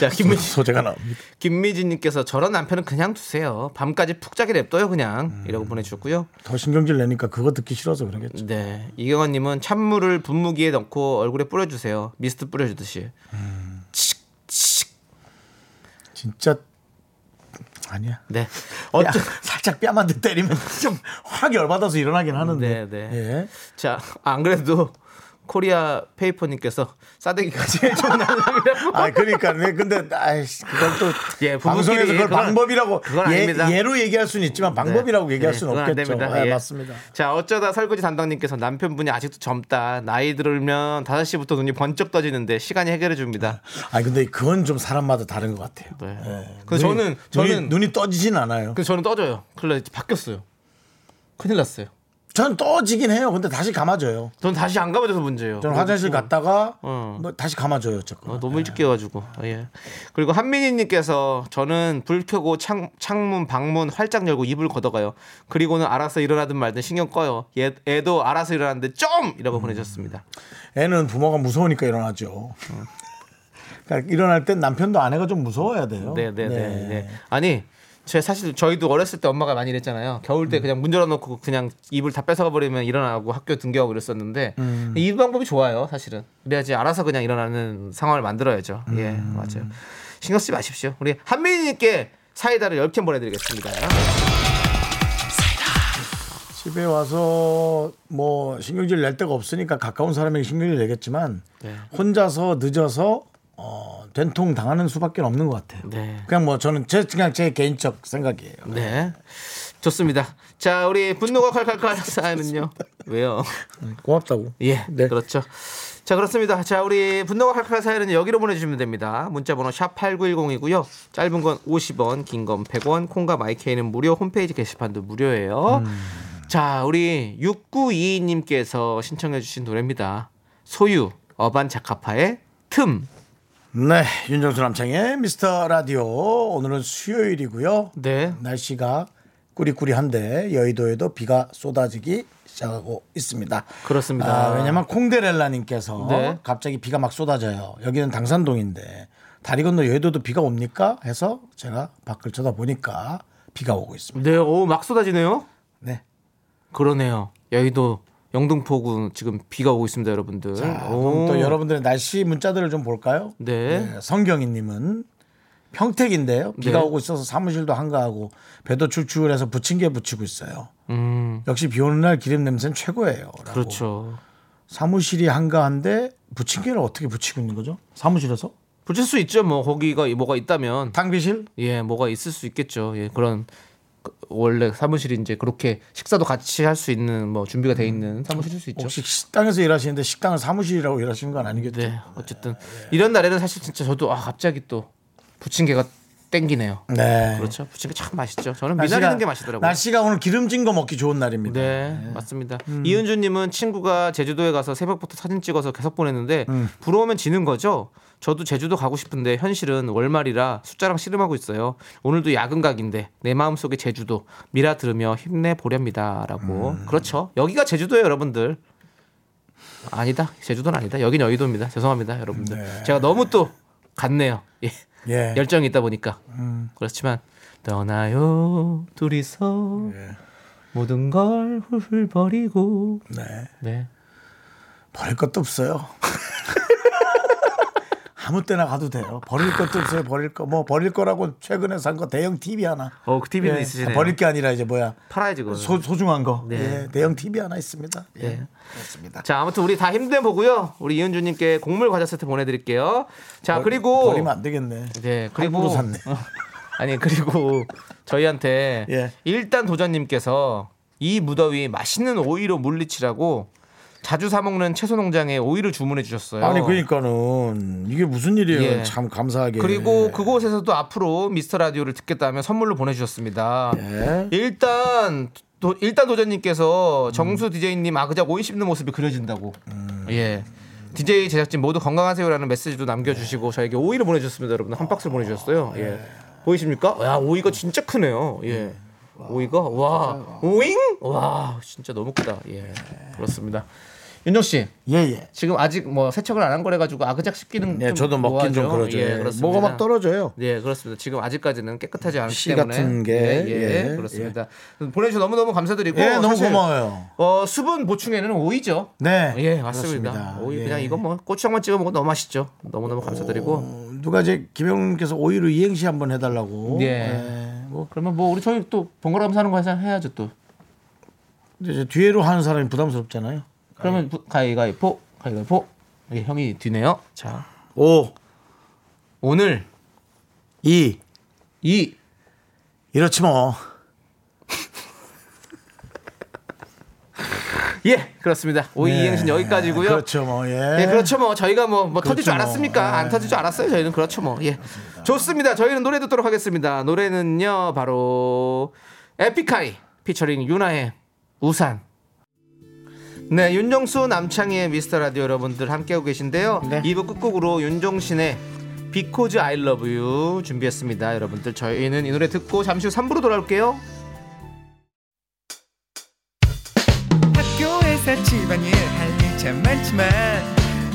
Speaker 2: 자, 김미,
Speaker 1: 소재가 나옵니다.
Speaker 2: 김미진님께서 저런 남편은 그냥 두세요. 밤까지 푹 자게 냅둬요, 그냥.
Speaker 1: 음.
Speaker 2: 이라고 보내주셨고요.
Speaker 1: 더 신경질 내니까 그거 듣기 싫어서 그러겠죠.
Speaker 2: 네. 이경원님은 찬물을 분무기에 넣고 얼굴에 뿌려주세요. 미스트 뿌려주듯이.
Speaker 1: 진짜 아니야.
Speaker 2: 네.
Speaker 1: 어
Speaker 2: 어쩜,
Speaker 1: 살짝 뺨한테 때리면 좀 확 열받아서 일어나긴 하는데.
Speaker 2: 네, 네.
Speaker 1: 예.
Speaker 2: 자, 안 그래도 코리아 페이퍼님께서 싸대기가 제일 좋은 남남이라고.
Speaker 1: 아, 그러니까. 네, 근데, 아이씨, 그걸 또.
Speaker 2: 예, 부부끼리
Speaker 1: 방송에서 그걸
Speaker 2: 그건-
Speaker 1: 방법이라고.
Speaker 2: 그건
Speaker 1: 예,
Speaker 2: 아닙니다.
Speaker 1: 예로 얘기할 수는 있지만 방법이라고
Speaker 2: 네.
Speaker 1: 얘기할
Speaker 2: 네,
Speaker 1: 수는
Speaker 2: 그건 안
Speaker 1: 없겠죠.
Speaker 2: 됩니다.
Speaker 1: 아,
Speaker 2: 예.
Speaker 1: 맞습니다.
Speaker 2: 자, 어쩌다 설거지 담당님께서 남편분이 아직도 젊다. 나이 들면 5시부터 눈이 번쩍 떠지는데 시간이 해결해 줍니다.
Speaker 1: 아, 근데 그건 좀 사람마다 다른 것 같아요.
Speaker 2: 네.
Speaker 1: 예.
Speaker 2: 그래서
Speaker 1: 눈이-
Speaker 2: 저는- 그 저는-
Speaker 1: 눈이, 눈이 떠지진 않아요.
Speaker 2: 그래서 저는 떠져요. 큰일 나 바뀌었어요. 큰일 났어요.
Speaker 1: 전 떠지긴 해요. 근데 다시 감아줘요.
Speaker 2: 전 다시 안 가봐줘서 문제예요.
Speaker 1: 저는 화장실 갔다가
Speaker 2: 어.
Speaker 1: 뭐 다시 감아줘요.
Speaker 2: 어,
Speaker 1: 자꾸.
Speaker 2: 너무 일찍 깨가지고 예. 그리고 한민희님께서 저는 불 켜고 창, 창문 방문 활짝 열고 이불 걷어가요. 그리고는 알아서 일어나든 말든 신경 꺼요. 얘, 애도 알아서 일어나는데 좀 이라고
Speaker 1: 음.
Speaker 2: 보내셨습니다.
Speaker 1: 애는 부모가 무서우니까 일어나죠. 그러니까 일어날 땐 남편도 아내가 좀 무서워야 돼요.
Speaker 2: 네네네. 네. 아니 제 사실 저희도 어렸을 때 엄마가 많이 이랬잖아요. 겨울 때 그냥 문 열어놓고 그냥 이불 다 뺏어가 버리면 일어나고 학교 등교하고 그랬었는데 이 방법이 좋아요, 사실은. 그래야지 알아서 그냥 일어나는 상황을 만들어야죠. 예, 맞아요. 신경 쓰지 마십시오. 우리 한민희님께 사이다를 10캔 보내드리겠습니다.
Speaker 1: 집에 와서 뭐 신경질 낼 데가 없으니까 가까운 사람에게 신경질 내겠지만
Speaker 2: 네.
Speaker 1: 혼자서 늦어서 어, 된통 당하는 수밖에 없는 것 같아요.
Speaker 2: 네.
Speaker 1: 그냥 뭐 저는 제 그냥 제 개인적 생각이에요.
Speaker 2: 네. 좋습니다. 자, 우리 분노가 칼칼칼 사연은요. 왜요?
Speaker 1: 고맙다고.
Speaker 2: 예,
Speaker 1: 네.
Speaker 2: 그렇죠. 자, 그렇습니다. 자, 우리 분노가 칼칼 사연은 여기로 보내주시면 됩니다. 문자번호 샵 8910이고요. 짧은 건 50원, 긴 건 100원, 콩과 마이케이는 무료, 홈페이지 게시판도 무료예요. 자, 우리 6922님께서 신청해주신 노래입니다. 소유, 어반자카파의 틈.
Speaker 1: 네, 윤정수 남창의 미스터 라디오 오늘은 수요일이고요.
Speaker 2: 네.
Speaker 1: 날씨가 꾸리꾸리한데 여의도에도 비가 쏟아지기 시작하고 있습니다.
Speaker 2: 그렇습니다.
Speaker 1: 아, 왜냐면 콩데렐라님께서
Speaker 2: 네.
Speaker 1: 갑자기 비가 막 쏟아져요. 여기는 당산동인데 다리 건너 여의도도 비가 옵니까? 해서 제가 밖을 쳐다보니까 비가 오고 있습니다.
Speaker 2: 네, 오, 막 쏟아지네요.
Speaker 1: 네.
Speaker 2: 그러네요. 여의도 영등포구 지금 비가 오고 있습니다, 여러분들.
Speaker 1: 자, 아, 그럼 또 여러분들의 날씨 문자들을 좀 볼까요?
Speaker 2: 네.
Speaker 1: 성경이님은 평택인데요. 비가
Speaker 2: 네.
Speaker 1: 오고 있어서 사무실도 한가하고 배도 출출해서 부침개 부치고 있어요.
Speaker 2: 음,
Speaker 1: 역시 비 오는 날 기름 냄새는 최고예요. 라고.
Speaker 2: 그렇죠.
Speaker 1: 사무실이 한가한데 부침개를 어떻게 부치고 있는 거죠? 사무실에서?
Speaker 2: 붙일 수 있죠. 뭐 거기가 뭐가 있다면
Speaker 1: 탕비실?
Speaker 2: 예, 뭐가 있을 수 있겠죠. 예, 그런 그- 원래 사무실이 이제 그렇게 식사도 같이 할 수 있는 뭐 준비가 돼 있는 사무실일 수 있죠.
Speaker 1: 음. 혹시 식당에서 일하시는데 식당을 사무실이라고 일하시는 건 아니겠죠?
Speaker 2: 그렇죠.
Speaker 1: 예.
Speaker 2: 네, 어쨌든 이런 날에는 사실 진짜 저도 아 갑자기 또 부침개가 땡기네요.
Speaker 1: 네. 아,
Speaker 2: 그렇죠. 부침개 참 맛있죠. 저는 미나리는 게 맛있더라고요.
Speaker 1: 날씨가 오늘 기름진 거 먹기 좋은 날입니다.
Speaker 2: 네, 맞습니다. 이은주님은 친구가 제주도에 가서 새벽부터 사진 찍어서 계속 보냈는데
Speaker 1: 음.
Speaker 2: 부러우면 지는 거죠. 저도 제주도 가고 싶은데 현실은 월말이라 숫자랑 씨름하고 있어요. 오늘도 야근각인데 내 마음속에 제주도 미라 들으며 힘내 보렵니다라고.
Speaker 1: 음.
Speaker 2: 그렇죠. 여기가 제주도예요, 여러분들. 아니다, 제주도는 아니다. 여긴 여의도입니다. 죄송합니다, 여러분들.
Speaker 1: 네.
Speaker 2: 제가 너무 또 갔네요. 예.
Speaker 1: 예.
Speaker 2: 열정이 있다 보니까
Speaker 1: 음.
Speaker 2: 그렇지만 떠나요 둘이서
Speaker 1: 예.
Speaker 2: 모든 걸 훌훌 버리고
Speaker 1: 네.
Speaker 2: 네
Speaker 1: 버릴 것도 없어요. 아무 때나 가도 돼요. 버릴 것도 없어요. 버릴 거 뭐 버릴 거라고 최근에 산 거 대형 TV 하나.
Speaker 2: 어, 그 TV는
Speaker 1: 예,
Speaker 2: 있으시네요.
Speaker 1: 버릴 게 아니라 이제 뭐야
Speaker 2: 팔아야지 그거
Speaker 1: 소, 소중한 거.
Speaker 2: 네.
Speaker 1: 예, 대형 TV 하나 있습니다. 예.
Speaker 2: 네.
Speaker 1: 그렇습니다.
Speaker 2: 자 아무튼 우리 다 힘내 보고요 우리 이은주님께 곡물 과자 세트 보내드릴게요 자 그리고
Speaker 1: 버리면 안 되겠네.
Speaker 2: 네
Speaker 1: 함부로
Speaker 2: 그리고
Speaker 1: 샀네.
Speaker 2: 아니 그리고 저희한테
Speaker 1: 예.
Speaker 2: 일단 도전님께서 이 무더위 맛있는 오이로 물리치라고 자주 사 먹는 채소 농장에 오이를 주문해 주셨어요.
Speaker 1: 아니 그 그러니까는 이게 무슨 일이에요?
Speaker 2: 예.
Speaker 1: 참 감사하게.
Speaker 2: 그리고 그곳에서도 앞으로 미스터 라디오를 듣겠다면 선물로 보내주셨습니다.
Speaker 1: 예.
Speaker 2: 일단 도, 일단 도전님께서
Speaker 1: 음.
Speaker 2: 정수 DJ님 아그작 오이 씹는 모습이 그려진다고. 예. DJ 제작진 모두 건강하세요라는 메시지도 남겨주시고
Speaker 1: 네.
Speaker 2: 저에게 오이를 보내주셨습니다, 여러분. 한 박스를
Speaker 1: 아,
Speaker 2: 보내주셨어요. 예. 보이십니까? 야 오이가 진짜 크네요.
Speaker 1: 음.
Speaker 2: 예. 오이가 와 오잉 와 진짜 너무 크다.
Speaker 1: 네.
Speaker 2: 예. 그렇습니다. 윤정 씨.
Speaker 1: 예 예.
Speaker 2: 지금 아직 뭐 세척을 안 한 거래 가지고 아그작 씹기는
Speaker 1: 예, 저도 먹긴 좀
Speaker 2: 뭐하죠.
Speaker 1: 그러죠.
Speaker 2: 예,
Speaker 1: 예,
Speaker 2: 그렇습니다.
Speaker 1: 뭐가 막 떨어져요.
Speaker 2: 예, 그렇습니다. 지금 아직까지는 깨끗하지 않기
Speaker 1: 씨
Speaker 2: 때문에
Speaker 1: 같은 게,
Speaker 2: 예, 예,
Speaker 1: 예,
Speaker 2: 그렇습니다. 보내주셔서 너무 너무 감사드리고
Speaker 1: 예, 너무
Speaker 2: 사실,
Speaker 1: 고마워요.
Speaker 2: 어, 수분 보충에는 오이죠.
Speaker 1: 네.
Speaker 2: 예, 맞습니다.
Speaker 1: 그렇습니다.
Speaker 2: 오이
Speaker 1: 예.
Speaker 2: 그냥 이거 뭐 고추장만 찍어 먹어도 너무 맛있죠. 너무 너무 감사드리고.
Speaker 1: 어, 누가 이제 김영님께서 오이로 이행시 한번 해달라고.
Speaker 2: 예.
Speaker 1: 뭐
Speaker 2: 그러면 뭐 우리 저희 또 번갈아 가면서 하는 거 해서 해야죠 또.
Speaker 1: 근데 이제 뒤에로 하는 사람이 부담스럽잖아요.
Speaker 2: 그러면 부- 가위가위보 가위가위보. 예, 형이 뒤네요. 자,
Speaker 1: 5,
Speaker 2: 오늘
Speaker 1: 2
Speaker 2: 이
Speaker 1: 이렇지 뭐.
Speaker 2: 예, 그렇습니다. 오이 이행신 여기까지고요.
Speaker 1: 그렇죠 뭐. 예.
Speaker 2: 예, 그렇죠 뭐 저희가 뭐, 뭐 터질
Speaker 1: 그렇죠,
Speaker 2: 줄
Speaker 1: 뭐.
Speaker 2: 알았습니까?
Speaker 1: 예.
Speaker 2: 안 터질 줄 알았어요. 저희는 그렇죠 뭐. 예. 좋습니다. 저희는 노래 듣도록 하겠습니다. 노래는요 바로 에픽하이 피처링 유나의 우산. 네, 윤정수 남창희의 미스터 라디오 여러분들 함께하고 계신데요.
Speaker 1: 네.
Speaker 2: 2부 끝곡으로 윤종신의 Because I Love You 준비했습니다. 여러분들 저희는 이 노래 듣고 잠시 후 3부로 돌아올게요.
Speaker 5: 학교에서 집안일 할 일 참 많지만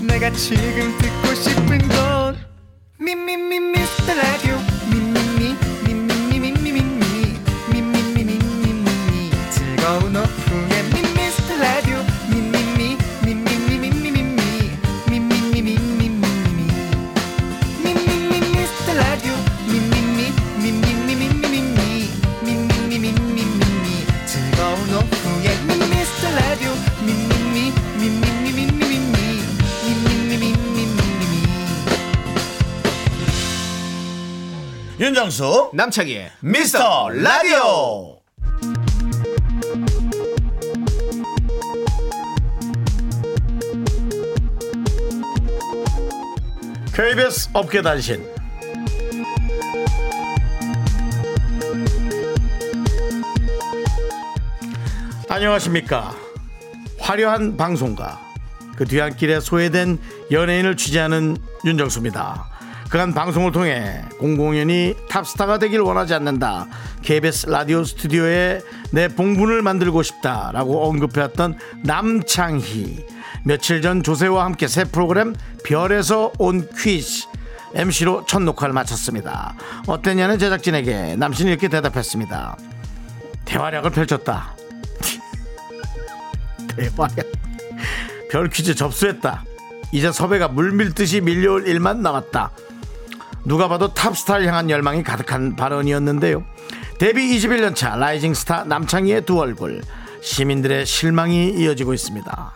Speaker 5: 내가 지금 듣고 싶은 건 미미미 미스터 라디오 미미미 미미미 미미미 미미미 미미미 즐거운 오후에 미스터 라디오 미미미 미미미 미미미 미미미 미미미 미미미 미스터 라디오 미미미 미미미 미미미 미미미 미미미 즐거운 오후에 예, 미스터 라디오 미미미 미미미 미미미 미미미 미미미
Speaker 1: 윤정수
Speaker 2: 남창희의
Speaker 1: 미스터 라디오 KBS 업계 단신 안녕하십니까 화려한 방송가 그 뒤안길에 소외된 연예인을 취재하는 윤정수입니다. 그간 방송을 통해 공공연히 탑스타가 되길 원하지 않는다. KBS 라디오 스튜디오에 내 봉분을 만들고 싶다라고 언급해왔던 남창희. 며칠 전 조세호와 함께 새 프로그램 별에서 온 퀴즈 MC로 첫 녹화를 마쳤습니다. 어땠냐는 제작진에게 남신이 이렇게 대답했습니다. 대활약을 펼쳤다. 대박이야. 별 퀴즈 접수했다. 이제 섭외가 물밀듯이 밀려올 일만 남았다. 누가 봐도 탑스타를 향한 열망이 가득한 발언이었는데요. 데뷔 21년 차 라이징 스타 남창희의 두 얼굴. 시민들의 실망이 이어지고 있습니다.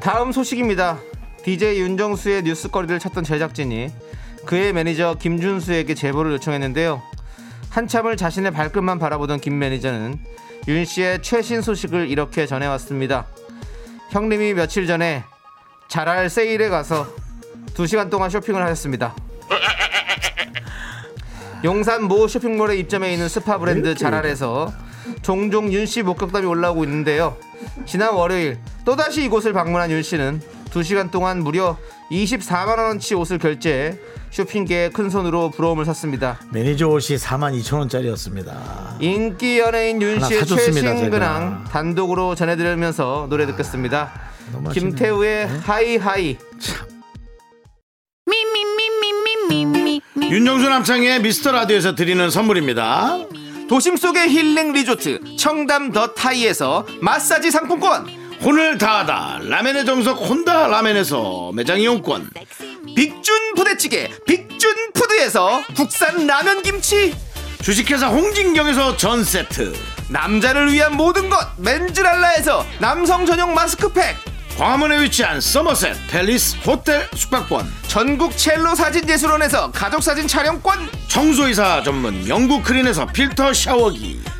Speaker 2: 다음 소식입니다. DJ 윤정수의 뉴스거리를 찾던 제작진이 그의 매니저 김준수에게 제보를 요청했는데요. 한참을 자신의 발끝만 바라보던 김 매니저는 윤 씨의 최신 소식을 이렇게 전해왔습니다. 형님이 며칠 전에 자랄 세일에 가서 2시간 동안 쇼핑을 하셨습니다. 용산 모 쇼핑몰에 입점해 있는 스파 브랜드 자랄에서 종종 윤 씨 목격담이 올라오고 있는데요. 지난 월요일 또다시 이곳을 방문한 윤 씨는 2시간 동안 무려 24만 원치 옷을 결제해 쇼핑계의 큰 손으로 부러움을 샀습니다.
Speaker 1: 매니저 옷이 4만 2천 원짜리였습니다.
Speaker 2: 인기 연예인 윤
Speaker 1: 하나
Speaker 2: 씨의
Speaker 1: 사줬습니다, 제가. 아,
Speaker 2: 최신 근황 단독으로 전해드리면서 노래 듣겠습니다.
Speaker 1: 너무 아쉽네.
Speaker 2: 김태우의 하이하이
Speaker 1: 윤정수 남창의 미스터 라디오에서 드리는 선물입니다.
Speaker 2: 도심 속의 힐링 리조트 청담 더 타이에서 마사지 상품권
Speaker 1: 혼을 다하다 라멘의 정석 혼다 라멘에서 매장 이용권
Speaker 2: 빅준 부대찌개 빅준 푸드에서 국산 라면 김치
Speaker 1: 주식회사 홍진경에서 전 세트
Speaker 2: 남자를 위한 모든 것 맨즈랄라에서 남성 전용 마스크팩
Speaker 1: 광화문에 위치한 서머셋 팰리스 호텔 숙박권
Speaker 2: 전국 첼로 사진 예술원에서 가족 사진 촬영권
Speaker 1: 청소이사 전문 영국 크린에서 필터 샤워기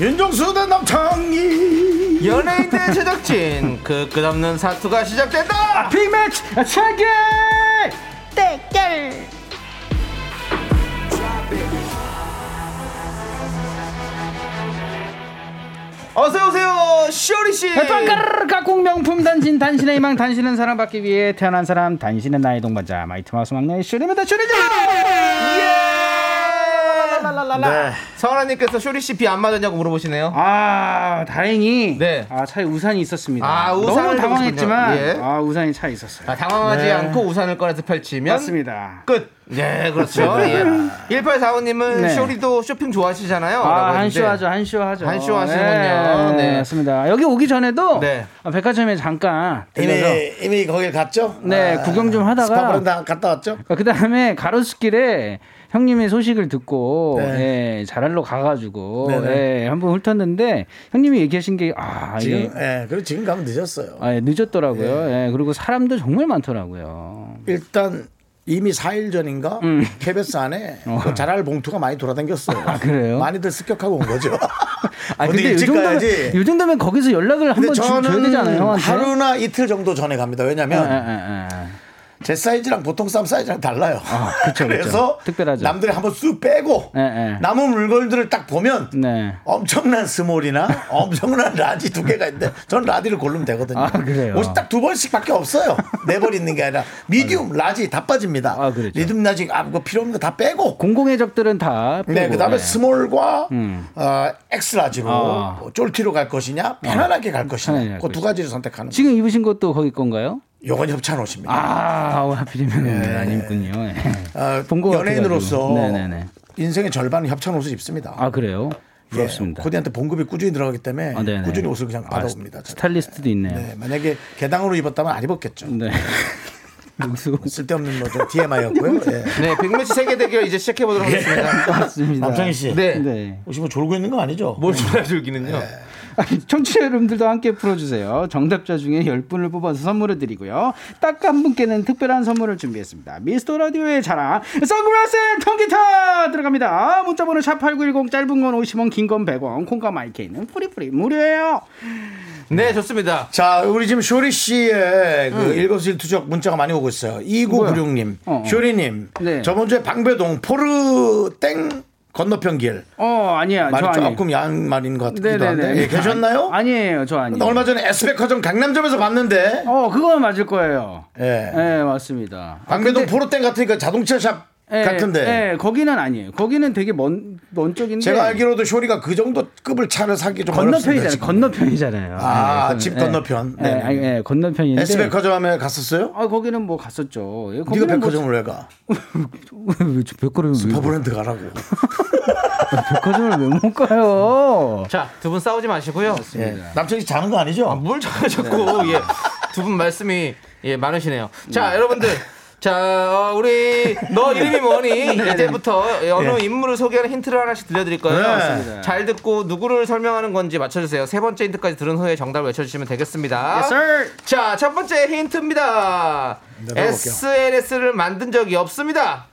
Speaker 1: 윤정수 대 남창이
Speaker 2: 연예인 대 제작진 그 끝없는 사투가 시작된다.
Speaker 1: 빅매치 체계
Speaker 2: 어서 오세요, 시오리 씨.
Speaker 6: 빵가르르 각국 명품 단신 단신의 희망 단신은 사랑받기 위해 태어난 사람 단신은 나의 동반자 마이트 마우스 막내 슈리입니다 슈리죠
Speaker 2: 예! 랄랄라.
Speaker 1: 네.
Speaker 2: 서하나님께서 쇼리 씨 비 안 맞았냐고 물어보시네요.
Speaker 6: 아 다행히
Speaker 2: 네.
Speaker 6: 아 차에 우산이 있었습니다.
Speaker 2: 아,
Speaker 6: 너무
Speaker 2: 우산을
Speaker 6: 당황했지만
Speaker 2: 들고 싶군요. 예.
Speaker 6: 아 우산이 차에 있었어요.
Speaker 2: 아, 당황하지 않고 우산을 꺼내서 펼치면
Speaker 6: 맞습니다.
Speaker 2: 끝. 예, 그렇죠. 예. 1845님은
Speaker 6: 네.
Speaker 2: 쇼리도 쇼핑 좋아하시잖아요. 라고
Speaker 6: 아,
Speaker 2: 했는데.
Speaker 6: 한쇼하죠, 한쇼하죠.
Speaker 2: 한쇼하시는군요. 네.
Speaker 6: 네, 맞습니다. 여기 오기 전에도
Speaker 2: 네.
Speaker 6: 아, 백화점에 잠깐 들려서
Speaker 1: 이미 이미 거길 갔죠?
Speaker 6: 네, 구경 좀 하다가-
Speaker 1: 스파브른 다 갔다 왔죠?
Speaker 6: 그 다음에 가로수길에 형님의 소식을 듣고
Speaker 1: 네.
Speaker 6: 예, 자랄로 가가지고
Speaker 1: 네네.
Speaker 6: 예, 한번 훑었는데 형님이 얘기하신 게 아
Speaker 1: 지금 네.
Speaker 6: 이게
Speaker 1: 예. 그리고 지금 가면 늦었어요.
Speaker 6: 아, 예, 늦었더라고요. 예, 그리고 사람도 정말 많더라고요.
Speaker 1: 일단 이미 4일 전인가 KBS 안에 그 자랄 봉투가 많이 돌아다녔어요.
Speaker 6: 음. 어. 아, 그래요?
Speaker 1: 많이들 습격하고 온 거죠.
Speaker 6: 아
Speaker 1: 어디
Speaker 6: 근데 요
Speaker 1: 일찍
Speaker 6: 정도면
Speaker 1: 가야지.
Speaker 6: 요 정도면 거기서 연락을 한번
Speaker 1: 근데
Speaker 6: 주- 줘야
Speaker 1: 저는
Speaker 6: 되잖아요. 형한테.
Speaker 1: 하루나 이틀 정도 전에 갑니다.
Speaker 6: 예,
Speaker 1: 왜냐면
Speaker 6: 예, 예, 예.
Speaker 1: 제 사이즈랑 보통 쌈 사이즈랑 달라요.
Speaker 6: 아, 그쵸, 그쵸.
Speaker 1: 래서
Speaker 6: 특별하죠.
Speaker 1: 남들이 한번 쑥 빼고
Speaker 6: 예, 예.
Speaker 1: 남은 물건들을 딱 보면
Speaker 6: 네.
Speaker 1: 엄청난 스몰이나 엄청난 라지 두 개가 있는데 저는 라디를 고르면 되거든요.
Speaker 6: 아, 그래요?
Speaker 1: 옷이 딱 두 번씩밖에 없어요. 네 벌 있는 게 아니라 미디움, 라지 다 빠집니다.
Speaker 6: 아, 그렇죠.
Speaker 1: 리듬 라지 아, 그거 필요 없는 거 다 빼고
Speaker 6: 공공의 적들은 다 빼고,
Speaker 1: 네, 그다음에
Speaker 6: 예.
Speaker 1: 스몰과 어, 엑스라지로
Speaker 6: 아. 음,
Speaker 1: 뭐 쫄티로 갈 것이냐, 편안하게 갈
Speaker 6: 편안하게
Speaker 1: 것이냐,
Speaker 6: 갈
Speaker 1: 그 두
Speaker 6: 것이냐.
Speaker 1: 가지를 선택하는. 거.
Speaker 6: 지금 입으신 것도 거기 건가요?
Speaker 1: 요건 협찬 옷입니다.
Speaker 6: 아, 오, 하필이면
Speaker 1: 네.
Speaker 6: 아니군요. 예.
Speaker 1: 어,
Speaker 6: 본것
Speaker 1: 연예인으로서
Speaker 6: 같아가지고. 네네네.
Speaker 1: 인생의 절반은 협찬 옷을 입습니다.
Speaker 6: 아 그래요?
Speaker 1: 예,
Speaker 6: 부럽습니다.
Speaker 1: 코디한테 봉급이 꾸준히 들어가기 때문에
Speaker 6: 아, 네네.
Speaker 1: 꾸준히 옷을 그냥 받아옵니다. 저는.
Speaker 6: 스타일리스트도 있네요.
Speaker 1: 네, 만약에 개당으로 입었다면 안 입었겠죠.
Speaker 6: 네. 누구?
Speaker 1: 쓸데없는 뭐좀 TMI였고요. 예.
Speaker 2: 네, 백매치 세계 대결 이제 시작해 보도록 하겠습니다.
Speaker 6: 맞습니다.
Speaker 1: 남창희 씨,
Speaker 2: 네.
Speaker 6: 네.
Speaker 1: 혹시 뭐 졸고 있는 거 아니죠?
Speaker 2: 뭘 줘야 줄기는요?
Speaker 6: 아니, 청취자 여러분들도 함께 풀어주세요. 정답자 중에 10분을 뽑아서 선물을 드리고요. 딱 한 분께는 특별한 선물을 준비했습니다. 미스터 라디오의 자랑, 선글라스 통기타 들어갑니다. 문자번호 샵8910 짧은 건 50원, 긴 건 100원, 콩과 마이케이는 프리프리 무료예요.
Speaker 2: 네, 좋습니다.
Speaker 1: 자, 우리 지금 쇼리 씨의 그 일거수일투족 문자가 많이 오고 있어요. 2996님,
Speaker 6: 음. 어, 어.
Speaker 1: 쇼리님,
Speaker 6: 네.
Speaker 1: 저번 주에 방배동 포르 땡 건너편 길
Speaker 6: 어, 아니야. 저
Speaker 1: 말이
Speaker 6: 아니에요.
Speaker 1: 조금 야한 말인 것 같기도 한데
Speaker 6: 네네네.
Speaker 1: 예, 계셨나요?
Speaker 6: 아니에요. 저 아니에요.
Speaker 1: 나 얼마 전에 에스백화점 강남점에서 봤는데
Speaker 6: 어, 그건 맞을 거예요.
Speaker 1: 예.
Speaker 6: 네, 맞습니다.
Speaker 1: 방배동 포르땡 같으니까 자동차 샵
Speaker 6: 예,
Speaker 1: 같은데
Speaker 6: 예, 거기는 아니에요. 거기는 되게 먼, 먼 쪽인데.
Speaker 1: 제가 알기로도 쇼리가 그 정도 급을 차를 사기 좀 어렵습니다.
Speaker 6: 건너편이잖아요.
Speaker 1: 지금.
Speaker 6: 건너편이잖아요.
Speaker 1: 아,
Speaker 6: 예,
Speaker 1: 집
Speaker 6: 예.
Speaker 1: 건너편.
Speaker 6: 예,
Speaker 1: 네네.
Speaker 6: 아니, 예, 건너편인데.
Speaker 1: 에스백화점에 갔었어요?
Speaker 6: 아, 거기는 뭐 갔었죠. 예,
Speaker 1: 네가
Speaker 6: 거기는
Speaker 1: 백화점을 왜 가?
Speaker 6: 뭐... 백화점을
Speaker 1: 더 브랜드 가라고.
Speaker 6: 백화점을 왜 못 가요?
Speaker 2: 자, 두 분 싸우지 마시고요.
Speaker 1: 예. 남편이 자는 거 아니죠?
Speaker 6: 뭐.
Speaker 2: 뭘
Speaker 1: 네.
Speaker 2: 자꾸 자꾸 예. 두 분 말씀이 예, 많으시네요. 자, 여러분들. 자, 어, 우리 너 이름이 뭐니? 이제부터 어느 인물을 소개하는 힌트를 하나씩 들려드릴 거예요.
Speaker 1: 네.
Speaker 2: 맞습니다. 잘 듣고 누구를 설명하는 건지 맞춰주세요. 세 번째 힌트까지 들은 후에 정답을 외쳐주시면 되겠습니다. 자, 첫 번째 힌트입니다.
Speaker 1: 네, 들어볼게요.
Speaker 2: SNS를 만든 적이 없습니다.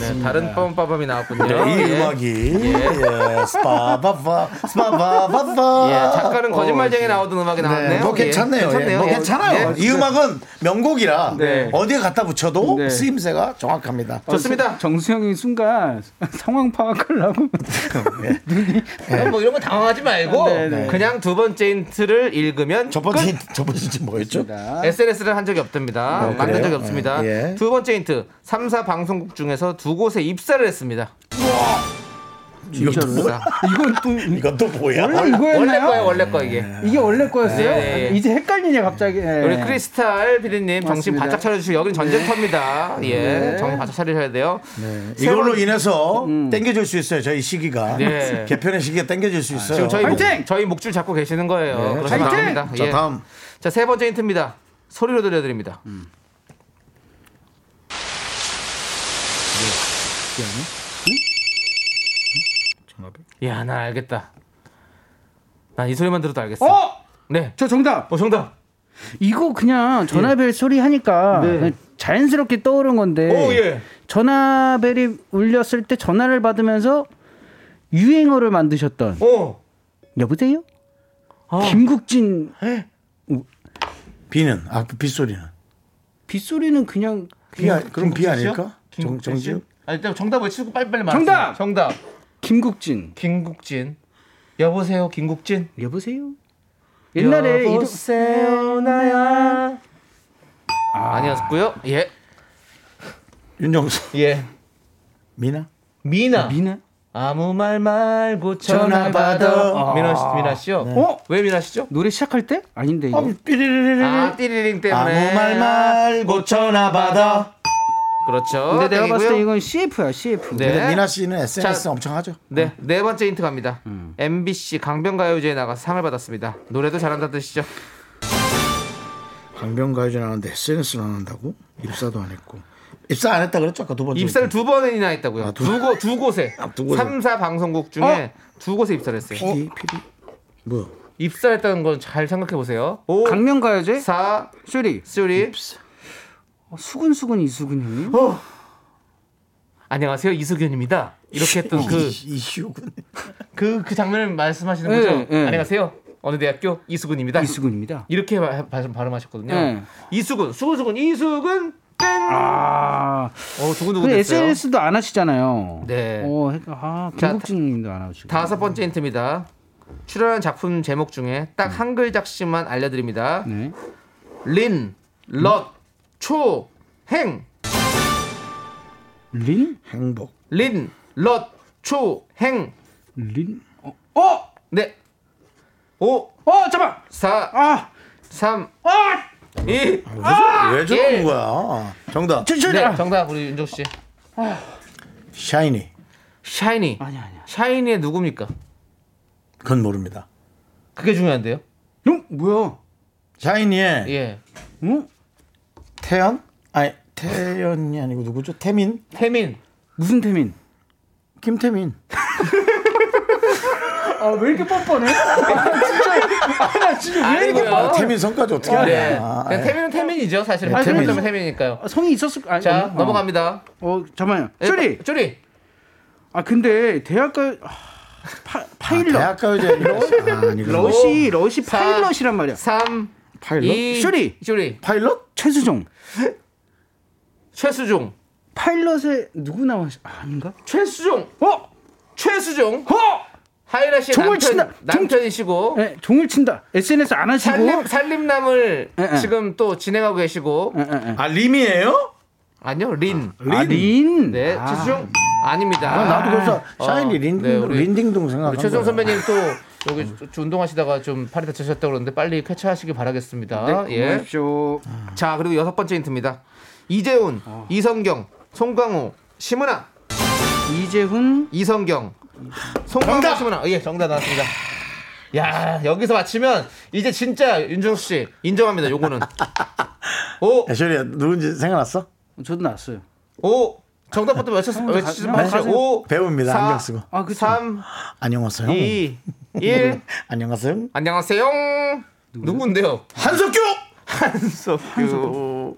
Speaker 2: 네, 다른 뻔뻔함이 나왔군요.
Speaker 1: 네, 이
Speaker 2: 예.
Speaker 1: 음악이 예, 스파바바 스파바바바
Speaker 2: 예, 작가는 거짓말쟁이 나오던 음악이
Speaker 1: 어, 네,
Speaker 2: 나왔네요.
Speaker 1: 뭐 괜찮네요.
Speaker 2: 예,
Speaker 1: 예, 뭐 괜찮아요.
Speaker 2: 예.
Speaker 1: 이 음악은 명곡이라
Speaker 2: 네.
Speaker 1: 어디에 갖다 붙여도
Speaker 6: 네.
Speaker 1: 쓰임새가 정확합니다.
Speaker 2: 좋습니다.
Speaker 6: 정수영이 순간 상황 파악하려고.
Speaker 1: 예.
Speaker 2: 그럼 뭐 이런 거 당황하지 말고
Speaker 6: 네, 네.
Speaker 2: 그냥 두 번째 힌트를 읽으면
Speaker 1: 첫 번째 힌트, 첫 번째 힌트 뭐였죠?
Speaker 2: SNS를 한 적이 없답니다.
Speaker 1: 네,
Speaker 2: 만든 적이
Speaker 1: 그래요?
Speaker 2: 없습니다.
Speaker 1: 네, 예.
Speaker 2: 두 번째 힌트. 3사 방송국 중에서 두 곳에 입사를 했습니다.
Speaker 1: 이것도 뭐야?
Speaker 6: 이건 또
Speaker 1: 이것도 뭐야?
Speaker 6: 원래
Speaker 2: 원래
Speaker 6: 이거였나요?
Speaker 2: 거예요, 원래 거 이게.
Speaker 1: 네.
Speaker 6: 이게 원래 거였어요?
Speaker 2: 네, 네.
Speaker 6: 이제 헷갈리냐 갑자기. 예.
Speaker 2: 우리 크리스탈 피디님 정신
Speaker 6: 맞습니다.
Speaker 2: 바짝 차려주시고 여긴 전쟁터입니다. 예, 정신 바짝 차리셔야 돼요.
Speaker 1: 네. 이걸로 인해서 땡겨줄 수 있어요. 저희 시기가
Speaker 2: 음. 네. 아,
Speaker 1: 개편의 시기가 땡겨줄 수 있어요.
Speaker 2: 지금 저희
Speaker 6: 화이팅!
Speaker 2: 목, 저희 목줄 잡고 계시는 거예요. 그래서
Speaker 6: 화이팅!
Speaker 2: 나옵니다.
Speaker 1: 자
Speaker 2: 예.
Speaker 1: 다음
Speaker 2: 자, 세 번째 힌트입니다. 소리로 들려드립니다. 예, 음? 야, 나 예, 알겠다. 난 이 소리만 들어도 알겠어.
Speaker 6: 어,
Speaker 2: 네.
Speaker 6: 저 정답.
Speaker 2: 어, 정답.
Speaker 6: 이거 그냥 전화벨 소리 하니까 그냥 자연스럽게 떠오른 건데.
Speaker 2: 오, 예.
Speaker 6: 전화벨이 울렸을 때 전화를 받으면서 유행어를 만드셨던
Speaker 2: 어.
Speaker 6: 여보세요? 아. 김국진
Speaker 1: 비는 아 빗소리는
Speaker 6: 빗소리는 그냥
Speaker 1: 비 아- 그럼 비 아닐까? 정
Speaker 2: 김국진
Speaker 1: 정
Speaker 2: 씨?
Speaker 1: 지
Speaker 2: 아니, 일단 정답을 치고 빨리빨리 말해.
Speaker 6: 정답!
Speaker 2: 정답.
Speaker 6: 김국진
Speaker 2: 김국진. 여보세요, 김국진.
Speaker 6: 여보세요? 옛날에 이름
Speaker 2: 여보세요 나야. 아. 니었고요 예.
Speaker 1: 윤정수
Speaker 2: 예.
Speaker 1: 미나
Speaker 2: 네. 미나.
Speaker 6: 미나?
Speaker 2: 아무 말 말고
Speaker 1: 전화
Speaker 2: 전화
Speaker 1: 받아. 네.
Speaker 2: 받아. 미나 씨, 미나 씨요.
Speaker 6: 어?
Speaker 2: 왜 미나 씨죠?
Speaker 6: 노래 시작할 때? 아닌데
Speaker 2: 어,
Speaker 6: 이거.
Speaker 1: 삐리리리리
Speaker 2: 아, 띠리링 때문에.
Speaker 1: 아무 말 말고 전화 받아
Speaker 2: 그렇죠.
Speaker 6: 근데 내가 봤을 때
Speaker 2: 땡이고요.
Speaker 6: 이건 CF야 CF.
Speaker 2: 네.
Speaker 1: 근데 미나 씨는 음. SNS
Speaker 2: 자.
Speaker 1: 엄청 하죠
Speaker 2: 네, 네 번째 힌트 갑니다.
Speaker 1: 음.
Speaker 2: MBC 강변가요제에 나가 서 상을 받았습니다. 노래도 잘한다 뜻이죠.
Speaker 1: 강변가요제 나는데 SNS는 안 한다고 입사도 안 했고 입사 안 했다 그랬죠 아까 두 번째
Speaker 2: 입사를 두 번이나 했다고요.
Speaker 1: 아, 두-
Speaker 2: 두, 곳, 두 곳에.
Speaker 1: 아, 두 곳에. 어?
Speaker 2: 3사 방송국 중에 두 곳에 입사를 했어요.
Speaker 1: PD PD 뭐
Speaker 2: 입사했다는 건 잘 생각해 보세요. 5,
Speaker 6: 강명가요제?
Speaker 2: 4,
Speaker 6: 슈리.
Speaker 2: 3.
Speaker 6: 어, 수근수근 이수근 형님.
Speaker 2: 안녕하세요. 이수균입니다. 이렇게 했던 그,
Speaker 1: 이슈군
Speaker 2: 그, 그 장면을 말씀하시는
Speaker 6: 네,
Speaker 2: 거죠.
Speaker 6: 네.
Speaker 2: 안녕하세요. 어느 대학교 이수근입니다.
Speaker 6: 이수근입니다.
Speaker 2: 이렇게 바- 바- 발음하셨거든요.
Speaker 6: 네.
Speaker 2: 이수근, 수근수근, 이수근, 땡!
Speaker 6: 아.
Speaker 2: 어, 두근두근
Speaker 6: 그
Speaker 2: 됐어요.
Speaker 6: SNS도 안 하시잖아요.
Speaker 2: 네.
Speaker 6: 어, 헷- 아, 김국진님도 안 하시고.
Speaker 2: 다섯 번째 힌트입니다. 출연한 작품 제목 중에 딱 한 글자씩만 알려드립니다.
Speaker 6: 네.
Speaker 2: 린, 럿, 초, 행.
Speaker 6: 린?
Speaker 1: 행복
Speaker 2: 린, 럿, 초, 행.
Speaker 6: 린? 어? 어!
Speaker 2: 네. 5,
Speaker 6: 어, 잠깐.
Speaker 2: 4,
Speaker 6: 아,
Speaker 2: 3,
Speaker 6: 아!
Speaker 2: 2.
Speaker 1: 왜 저러는
Speaker 2: 예.
Speaker 1: 거야 정답
Speaker 6: 저, 저,
Speaker 2: 네,
Speaker 6: 네.
Speaker 2: 정답 우리 윤종 씨.
Speaker 1: 샤이니
Speaker 2: 샤이니.
Speaker 6: 아니야, 아니야.
Speaker 2: 샤이니의 누굽니까?
Speaker 1: 그건 모릅니다
Speaker 2: 그게 중요한데요.
Speaker 6: 응? 어, 뭐야?
Speaker 1: 샤이니의
Speaker 2: 예.
Speaker 6: 응?
Speaker 1: 태연 아니 태연이 아니고 누구죠 태민
Speaker 2: 태민.
Speaker 6: 무슨 태민?
Speaker 1: 김태민
Speaker 6: 아, 왜 이렇게 뻔뻔해?
Speaker 2: 왜 이렇게
Speaker 1: 아, 태민 성까지 어떻게 알아
Speaker 2: 어. 네.
Speaker 1: 아,
Speaker 2: 그냥
Speaker 1: 예.
Speaker 2: 태민은 태민이죠. 사실
Speaker 1: 네,
Speaker 2: 태민.
Speaker 1: 태민.
Speaker 2: 태민이니까요.
Speaker 6: 아, 성이 있었을 아니,
Speaker 2: 자,
Speaker 6: 어,
Speaker 2: 넘어갑니다.
Speaker 6: 어, 잠깐만요.
Speaker 2: 예,
Speaker 6: 슈리.
Speaker 2: 쪼리.
Speaker 6: 아, 근데 대학가 아, 파, 파일럿.
Speaker 1: 대학가 이제 아, 이거
Speaker 6: 러시, 러시
Speaker 2: 사,
Speaker 6: 파일럿이란 말이야.
Speaker 2: 3
Speaker 1: 파일럿?
Speaker 2: 이,
Speaker 6: 슈리.
Speaker 2: 슈리.
Speaker 1: 파일럿?
Speaker 6: 최수종.
Speaker 2: 최수종.
Speaker 6: 파일럿에 누구 나왔? 아, 아닌가?
Speaker 2: 최수종.
Speaker 6: 어,
Speaker 2: 최수종.
Speaker 6: 허.
Speaker 2: 하이라 씨의
Speaker 6: 종을
Speaker 2: 남편,
Speaker 6: 친다. 종-
Speaker 2: 남편이시고
Speaker 6: 네, 종을 친다. SNS 안 하시고.
Speaker 2: 살림 살림남을
Speaker 6: 예, 예.
Speaker 2: 지금 또 진행하고 계시고
Speaker 6: 예, 예, 예.
Speaker 1: 아 림이에요?
Speaker 2: 아니요 린.
Speaker 6: 아, 린.
Speaker 2: 네
Speaker 6: 아,
Speaker 2: 최수종 아닙니다.
Speaker 1: 아, 나도 그래서
Speaker 2: 어,
Speaker 1: 샤이니 린,
Speaker 2: 네, 우리-
Speaker 1: 린딩동 생각.
Speaker 6: 아,
Speaker 2: 우리 최수종 선배님 또 여기 저- 저 운동하시다가 좀 팔이 다치셨다고 그러는데 빨리 쾌차하시길 바라겠습니다.
Speaker 6: 네,
Speaker 2: 예.
Speaker 6: 고맙쇼.
Speaker 1: 아.
Speaker 2: 자 그리고 여섯 번째 힌트입니다. 이재훈,
Speaker 6: 어.
Speaker 2: 이성경, 송강호, 심은아.
Speaker 6: 이재훈.
Speaker 2: 이성경 송강호 씨구나 예 정답 나왔습니다 야 여기서 맞히면 이제 진짜 윤정수 씨 인정합니다 요거는 오
Speaker 1: 야, 셔리야 누군지 생각났어?
Speaker 6: 저도 나왔어요.
Speaker 2: 오 정답부터 외쳤습니다
Speaker 6: 가- 그냥
Speaker 2: 외치시면
Speaker 6: 가세요.
Speaker 2: 오
Speaker 1: 배웁니다,
Speaker 2: 사,
Speaker 1: 안경 쓰고. 음.
Speaker 6: 아, 그쵸.
Speaker 2: 3
Speaker 1: 안녕하세요.
Speaker 2: 2 1
Speaker 1: 안녕하세요.
Speaker 2: 안녕하세요 누군데요
Speaker 1: 한석규.
Speaker 2: 한석규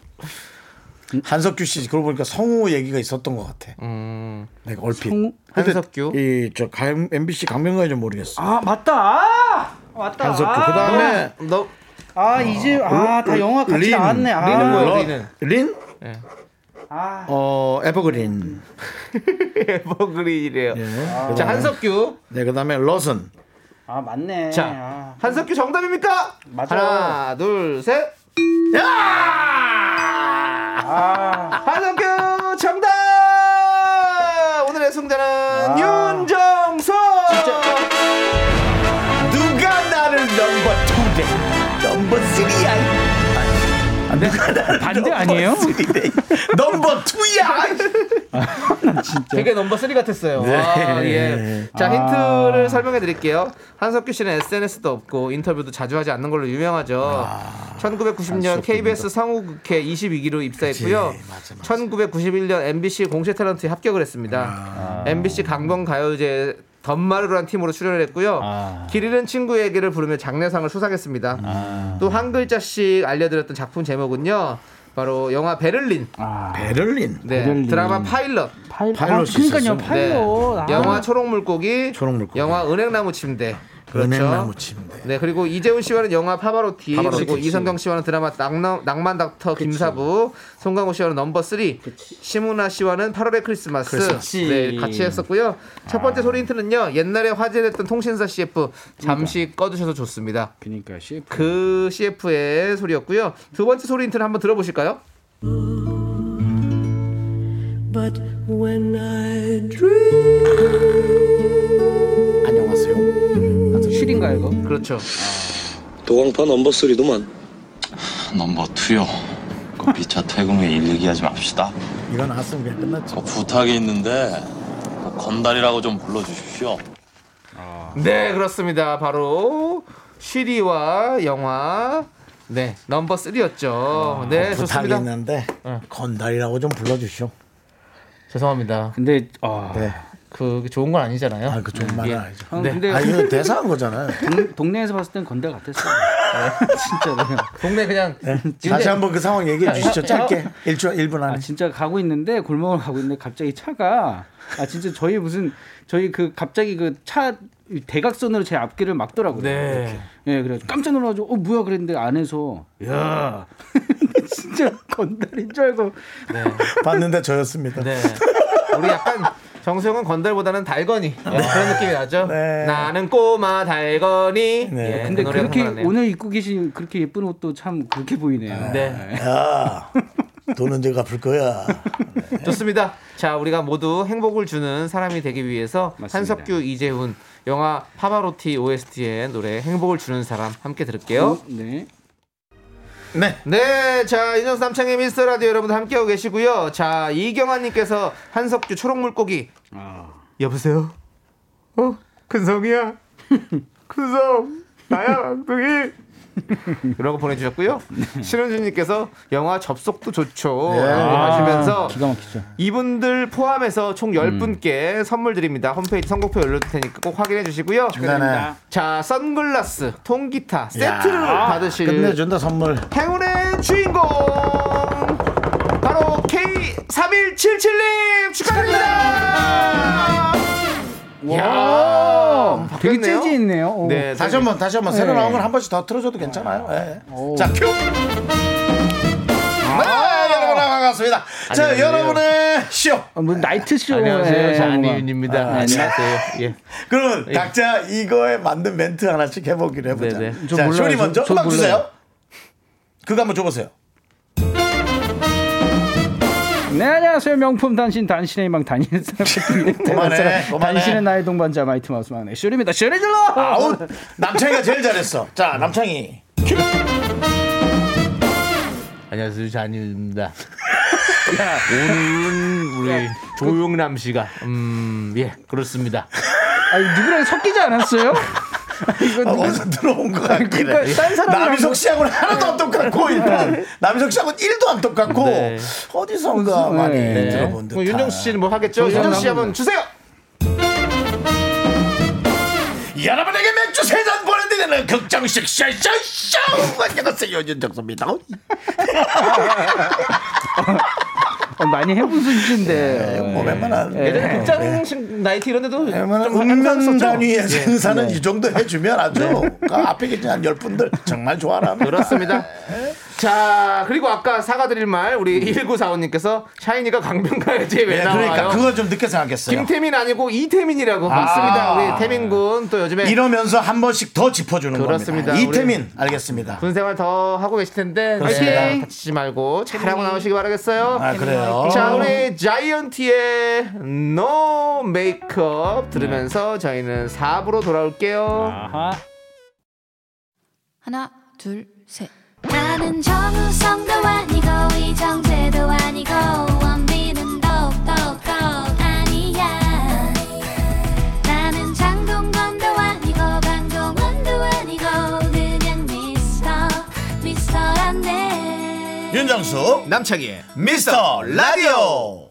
Speaker 1: 한석규 씨 그러고 보니까 성우 얘기가 있었던 것 같아.
Speaker 2: 음,
Speaker 1: 내가 얼핏.
Speaker 6: 성우?
Speaker 1: 근데
Speaker 2: 한석규.
Speaker 1: 이 저 MBC 강명가에 좀 모르겠어.
Speaker 6: 아, 맞다. 아, 맞다.
Speaker 1: 한석규.
Speaker 6: 아,
Speaker 1: 그다음에
Speaker 2: 너
Speaker 6: 아, 이제 아, 다 영화 같이
Speaker 1: 린.
Speaker 6: 나왔네. 아,
Speaker 2: 린은 뭐예요?
Speaker 1: 러-
Speaker 2: 린은?
Speaker 1: 린?
Speaker 2: 예.
Speaker 6: 아,
Speaker 1: 어 에버그린.
Speaker 2: 에버그린이래요
Speaker 1: 네.
Speaker 2: 자 한석규
Speaker 1: 네 그다음에 러슨.
Speaker 6: 아, 맞네.
Speaker 2: 자
Speaker 6: 아.
Speaker 2: 한석규 정답입니까
Speaker 6: 맞아.
Speaker 2: 하나 둘셋
Speaker 1: 야!
Speaker 6: 아,
Speaker 2: 한석규 정답! 오늘의 승자는
Speaker 6: 아.
Speaker 2: 윤정수!
Speaker 1: 누가 나를 넘버 2대 넘버 3야? 누가 나를
Speaker 6: 반대 아니에요?
Speaker 1: 3대 넘버 2야?
Speaker 2: 되게 넘버 3 같았어요.
Speaker 1: 네.
Speaker 2: 아, 예. 자, 힌트를 설명해 드릴게요. 한석규 씨는 SNS도 없고 인터뷰도 자주 하지 않는 걸로 유명하죠.
Speaker 1: 아,
Speaker 2: 1990년 KBS 상호국회 22기로 입사했고요.
Speaker 1: 그치, 맞아, 맞아.
Speaker 2: 1991년 MBC 공채 탤런트에 합격을 했습니다.
Speaker 1: 아.
Speaker 2: MBC 강변 가요제 덤마르란 팀으로 출연을 했고요.
Speaker 1: 아.
Speaker 2: 길 잃은 친구 얘기를 부르며 장례상을 수상했습니다.
Speaker 1: 아.
Speaker 2: 또 한 글자씩 알려드렸던 작품 제목은요. 바로 영화 베를린,
Speaker 1: 아, 베를린.
Speaker 2: 네,
Speaker 6: 베를린.
Speaker 2: 드라마 파일럿,
Speaker 6: 파일,
Speaker 1: 파일럿이
Speaker 6: 아, 그러니까요.
Speaker 1: 있었어요?
Speaker 6: 파일럿.
Speaker 2: 네.
Speaker 6: 아.
Speaker 2: 영화 초록 물고기,
Speaker 1: 초록 물고기.
Speaker 2: 영화 은행나무 침대. 그렇죠.
Speaker 1: 은행나무 침대.
Speaker 2: 네 그리고 이재훈 씨와는 영화 파바로티,
Speaker 1: 파바로티.
Speaker 2: 그리고 이성경 씨와는 드라마 낭 낭만 닥터 김사부 송강호 씨와는 넘버 3 심은아 씨와는 8월의 크리스마스
Speaker 1: 그렇지. 아.
Speaker 2: 네 같이 했었고요 첫 번째 소리 힌트는요 옛날에 화제됐던 통신사
Speaker 1: 그러니까.
Speaker 2: CF 잠시 꺼주셔도 좋습니다
Speaker 6: 그러니까 CF.
Speaker 2: 그 CF의 소리였고요 두 번째 소리 힌트를 한번 들어보실까요?
Speaker 1: 안녕하세요.
Speaker 6: 쉴인가요,
Speaker 1: 음.
Speaker 6: 이거?
Speaker 2: 그렇죠.
Speaker 7: 도강파 넘버쓰리도만
Speaker 8: 넘버 투요. 그 비차 퇴근 후에 일 얘기하지 맙시다.
Speaker 1: 이건 아스는 그냥 끝났죠.
Speaker 8: 그 부탁이 있는데 그 건달이라고 좀 불러주십시오.
Speaker 2: 네, 그렇습니다. 바로 쉬리와 영화 네 넘버 3였죠. 네,
Speaker 1: 어, 부탁이
Speaker 2: 좋습니다.
Speaker 1: 있는데
Speaker 6: 예.
Speaker 1: 건달이라고 좀 불러주시오.
Speaker 2: 죄송합니다.
Speaker 6: 근데 아,
Speaker 1: 네.
Speaker 2: 그 좋은 건 아니잖아요.
Speaker 1: 아, 그 좋은
Speaker 2: 예.
Speaker 1: 말은 알죠.
Speaker 6: 형,
Speaker 2: 네.
Speaker 6: 근데 그-
Speaker 1: 아, 이거 대사한 거잖아요.
Speaker 6: 동- 동네에서 봤을 땐 건달 같았어요. 네, 진짜로요.
Speaker 2: 동네 그냥
Speaker 1: 다시 한번 그 상황 얘기해 주시죠. 짧게. 1초, 1분
Speaker 6: 아
Speaker 1: 안에.
Speaker 6: 진짜 가고 있는데 골목을 가고 있는데 갑자기 차가 아 진짜 저희 무슨 저희 그 갑자기 그 차 대각선으로 제 앞길을 막더라고요.
Speaker 2: 네.
Speaker 6: 예, 그래 깜짝 놀라가지고 어 뭐야 그랬는데 안에서 야 진짜 건달인 줄 알고
Speaker 1: 봤는데 저였습니다.
Speaker 2: 네. 우리 약간 정수영은 건달보다는 달건이 그런 느낌이 나죠.
Speaker 1: 네.
Speaker 2: 나는 꼬마 달건이.
Speaker 1: 네.
Speaker 2: 예,
Speaker 6: 근데
Speaker 2: 그 노래가
Speaker 6: 그렇게
Speaker 2: 생각나네요.
Speaker 6: 오늘 입고 계신 그렇게 예쁜 옷도 참 그렇게 보이네요.
Speaker 2: 네.
Speaker 1: 야, 돈 언제 갚을 거야.
Speaker 2: 좋습니다. 자, 우리가 모두 행복을 주는 사람이 되기 위해서
Speaker 6: 맞습니다.
Speaker 2: 한석규, 이재훈 영화 파바로티 OST의 노래 행복을 주는 사람 함께 들을게요.
Speaker 6: 어? 네.
Speaker 1: 네.
Speaker 2: 네, 자, 윤정수 남창의 미스터 라디오 여러분 함께하고 계시고요. 자, 이경아님께서 한석규 초록 물고기. 여보세요? 어? 근성이야? 근성! 나야, 강동이! 이라고 보내주셨고요. 신은주님께서 영화 접속도 좋죠. 라고 하시면서
Speaker 6: 기가 막히죠.
Speaker 2: 이분들 포함해서 총 10분께 선물 드립니다. 홈페이지 선곡표 올려둘 테니까 꼭 확인해 주시고요.
Speaker 1: 네네.
Speaker 2: 자, 선글라스, 통기타 세트를
Speaker 6: 그
Speaker 2: 받으실
Speaker 1: 끝내준다, 선물.
Speaker 2: 행운의 주인공 바로 K3177님 축하드립니다. 와,
Speaker 6: 되게 재즈 있네요. 오.
Speaker 2: 네,
Speaker 1: 다시 한 번, 다시 한 번. 새로
Speaker 6: 네.
Speaker 1: 나온 걸 한 번씩 더 틀어줘도 괜찮아요. 예. 자, 큐! 네, 여러분, 반갑습니다. 자,
Speaker 2: 안녕하세요.
Speaker 1: 여러분의 쇼!
Speaker 6: 어, 뭐 나이트 쇼.
Speaker 2: 안녕하세요,
Speaker 6: 예, 뭔가.
Speaker 2: 잔이윤입니다.
Speaker 1: 아,
Speaker 2: 안녕하세요. 예.
Speaker 1: 그러면 각자 이거에 맞는 멘트 하나씩 해보기로 해보자.
Speaker 2: 네,
Speaker 6: 저
Speaker 1: 자,
Speaker 6: 몰라요.
Speaker 1: 쇼리 먼저
Speaker 6: 저- 저
Speaker 1: 음악
Speaker 6: 몰라요.
Speaker 1: 주세요. 그거 한번 줘보세요.
Speaker 6: 네 안녕하세요 명품 단신 단신의 희망 단신의 사랑
Speaker 1: 그만해,
Speaker 6: 사랑,
Speaker 1: 그만해.
Speaker 6: 단신의 나의 동반자 마이트 마우스 막내 쇼리입니다 쇼리 질러
Speaker 1: 아웃! 남창이가 제일 잘했어. 자, 남창이.
Speaker 2: 안녕하세요, 잔이윤입니다. 오늘은 우리 조용남 씨가 음, 예, 그렇습니다.
Speaker 6: 아니, 누구랑 섞이지 않았어요? 이거
Speaker 1: 아,
Speaker 6: 누구
Speaker 1: 어디서 들어온 거 같긴 해.
Speaker 6: 그러니까 딴 사람이랑 네.
Speaker 1: 남희석 씨하고는 하나도 안 똑같고 일단 남희석 씨하고는 1도 안 똑같고
Speaker 2: 네.
Speaker 1: 어디선가 많이
Speaker 6: 네.
Speaker 1: 들어본 듯한.
Speaker 2: 뭐 윤정수 씨는 뭐 하겠죠? 윤정수 씨 한번 주세요.
Speaker 1: 여러분에게 맥주 세 잔 보내드리는 극장식 쇼쇼쇼 안녕하세요 윤정수입니다.
Speaker 6: 어, 많이 해본 수준인데 네.
Speaker 1: 뭐 웬만한
Speaker 2: 예전에 극장 나이트 이런 데도
Speaker 1: 웬만한
Speaker 2: 좀
Speaker 1: 운명
Speaker 2: 했었죠? 예, 네.
Speaker 1: 단위의 생사는 이 정도 해주면 아주 그 앞에 계신 한 열 분들 정말 좋아라.
Speaker 2: 그렇습니다. 자, 그리고 아까 사과드릴 말 우리 1945님께서 샤이니가 강변 가야지 왜
Speaker 1: 예,
Speaker 2: 나와요?
Speaker 1: 음. 그러니까 그거 좀 늦게 생각했어요.
Speaker 2: 김태민 아니고 이태민이라고
Speaker 1: 아.
Speaker 2: 맞습니다. 우리 태민 군 또 요즘에
Speaker 1: 이러면서 한 번씩 더 짚어주는
Speaker 2: 그렇습니다.
Speaker 1: 겁니다. 이태민 알겠습니다.
Speaker 2: 군생활 더 하고 계실 텐데
Speaker 1: 그렇습니다.
Speaker 2: 화이팅! 다치지 말고 잘하고 나오시기 바라겠어요.
Speaker 1: 아 그래요.
Speaker 2: 자, 우리 자이언티의 No Makeup 들으면서
Speaker 1: 네.
Speaker 2: 저희는 4부로 돌아올게요.
Speaker 6: 아하
Speaker 9: 하나 둘 셋.
Speaker 4: 나는 정우성도 아니고 이정재도 아니고 원빈은 더욱더 아니야 나는 장동건도 아니고 강동원도 아니고 그냥 미스터 미스터란데
Speaker 1: 윤정수
Speaker 2: 남창희의
Speaker 1: 미스터 라디오.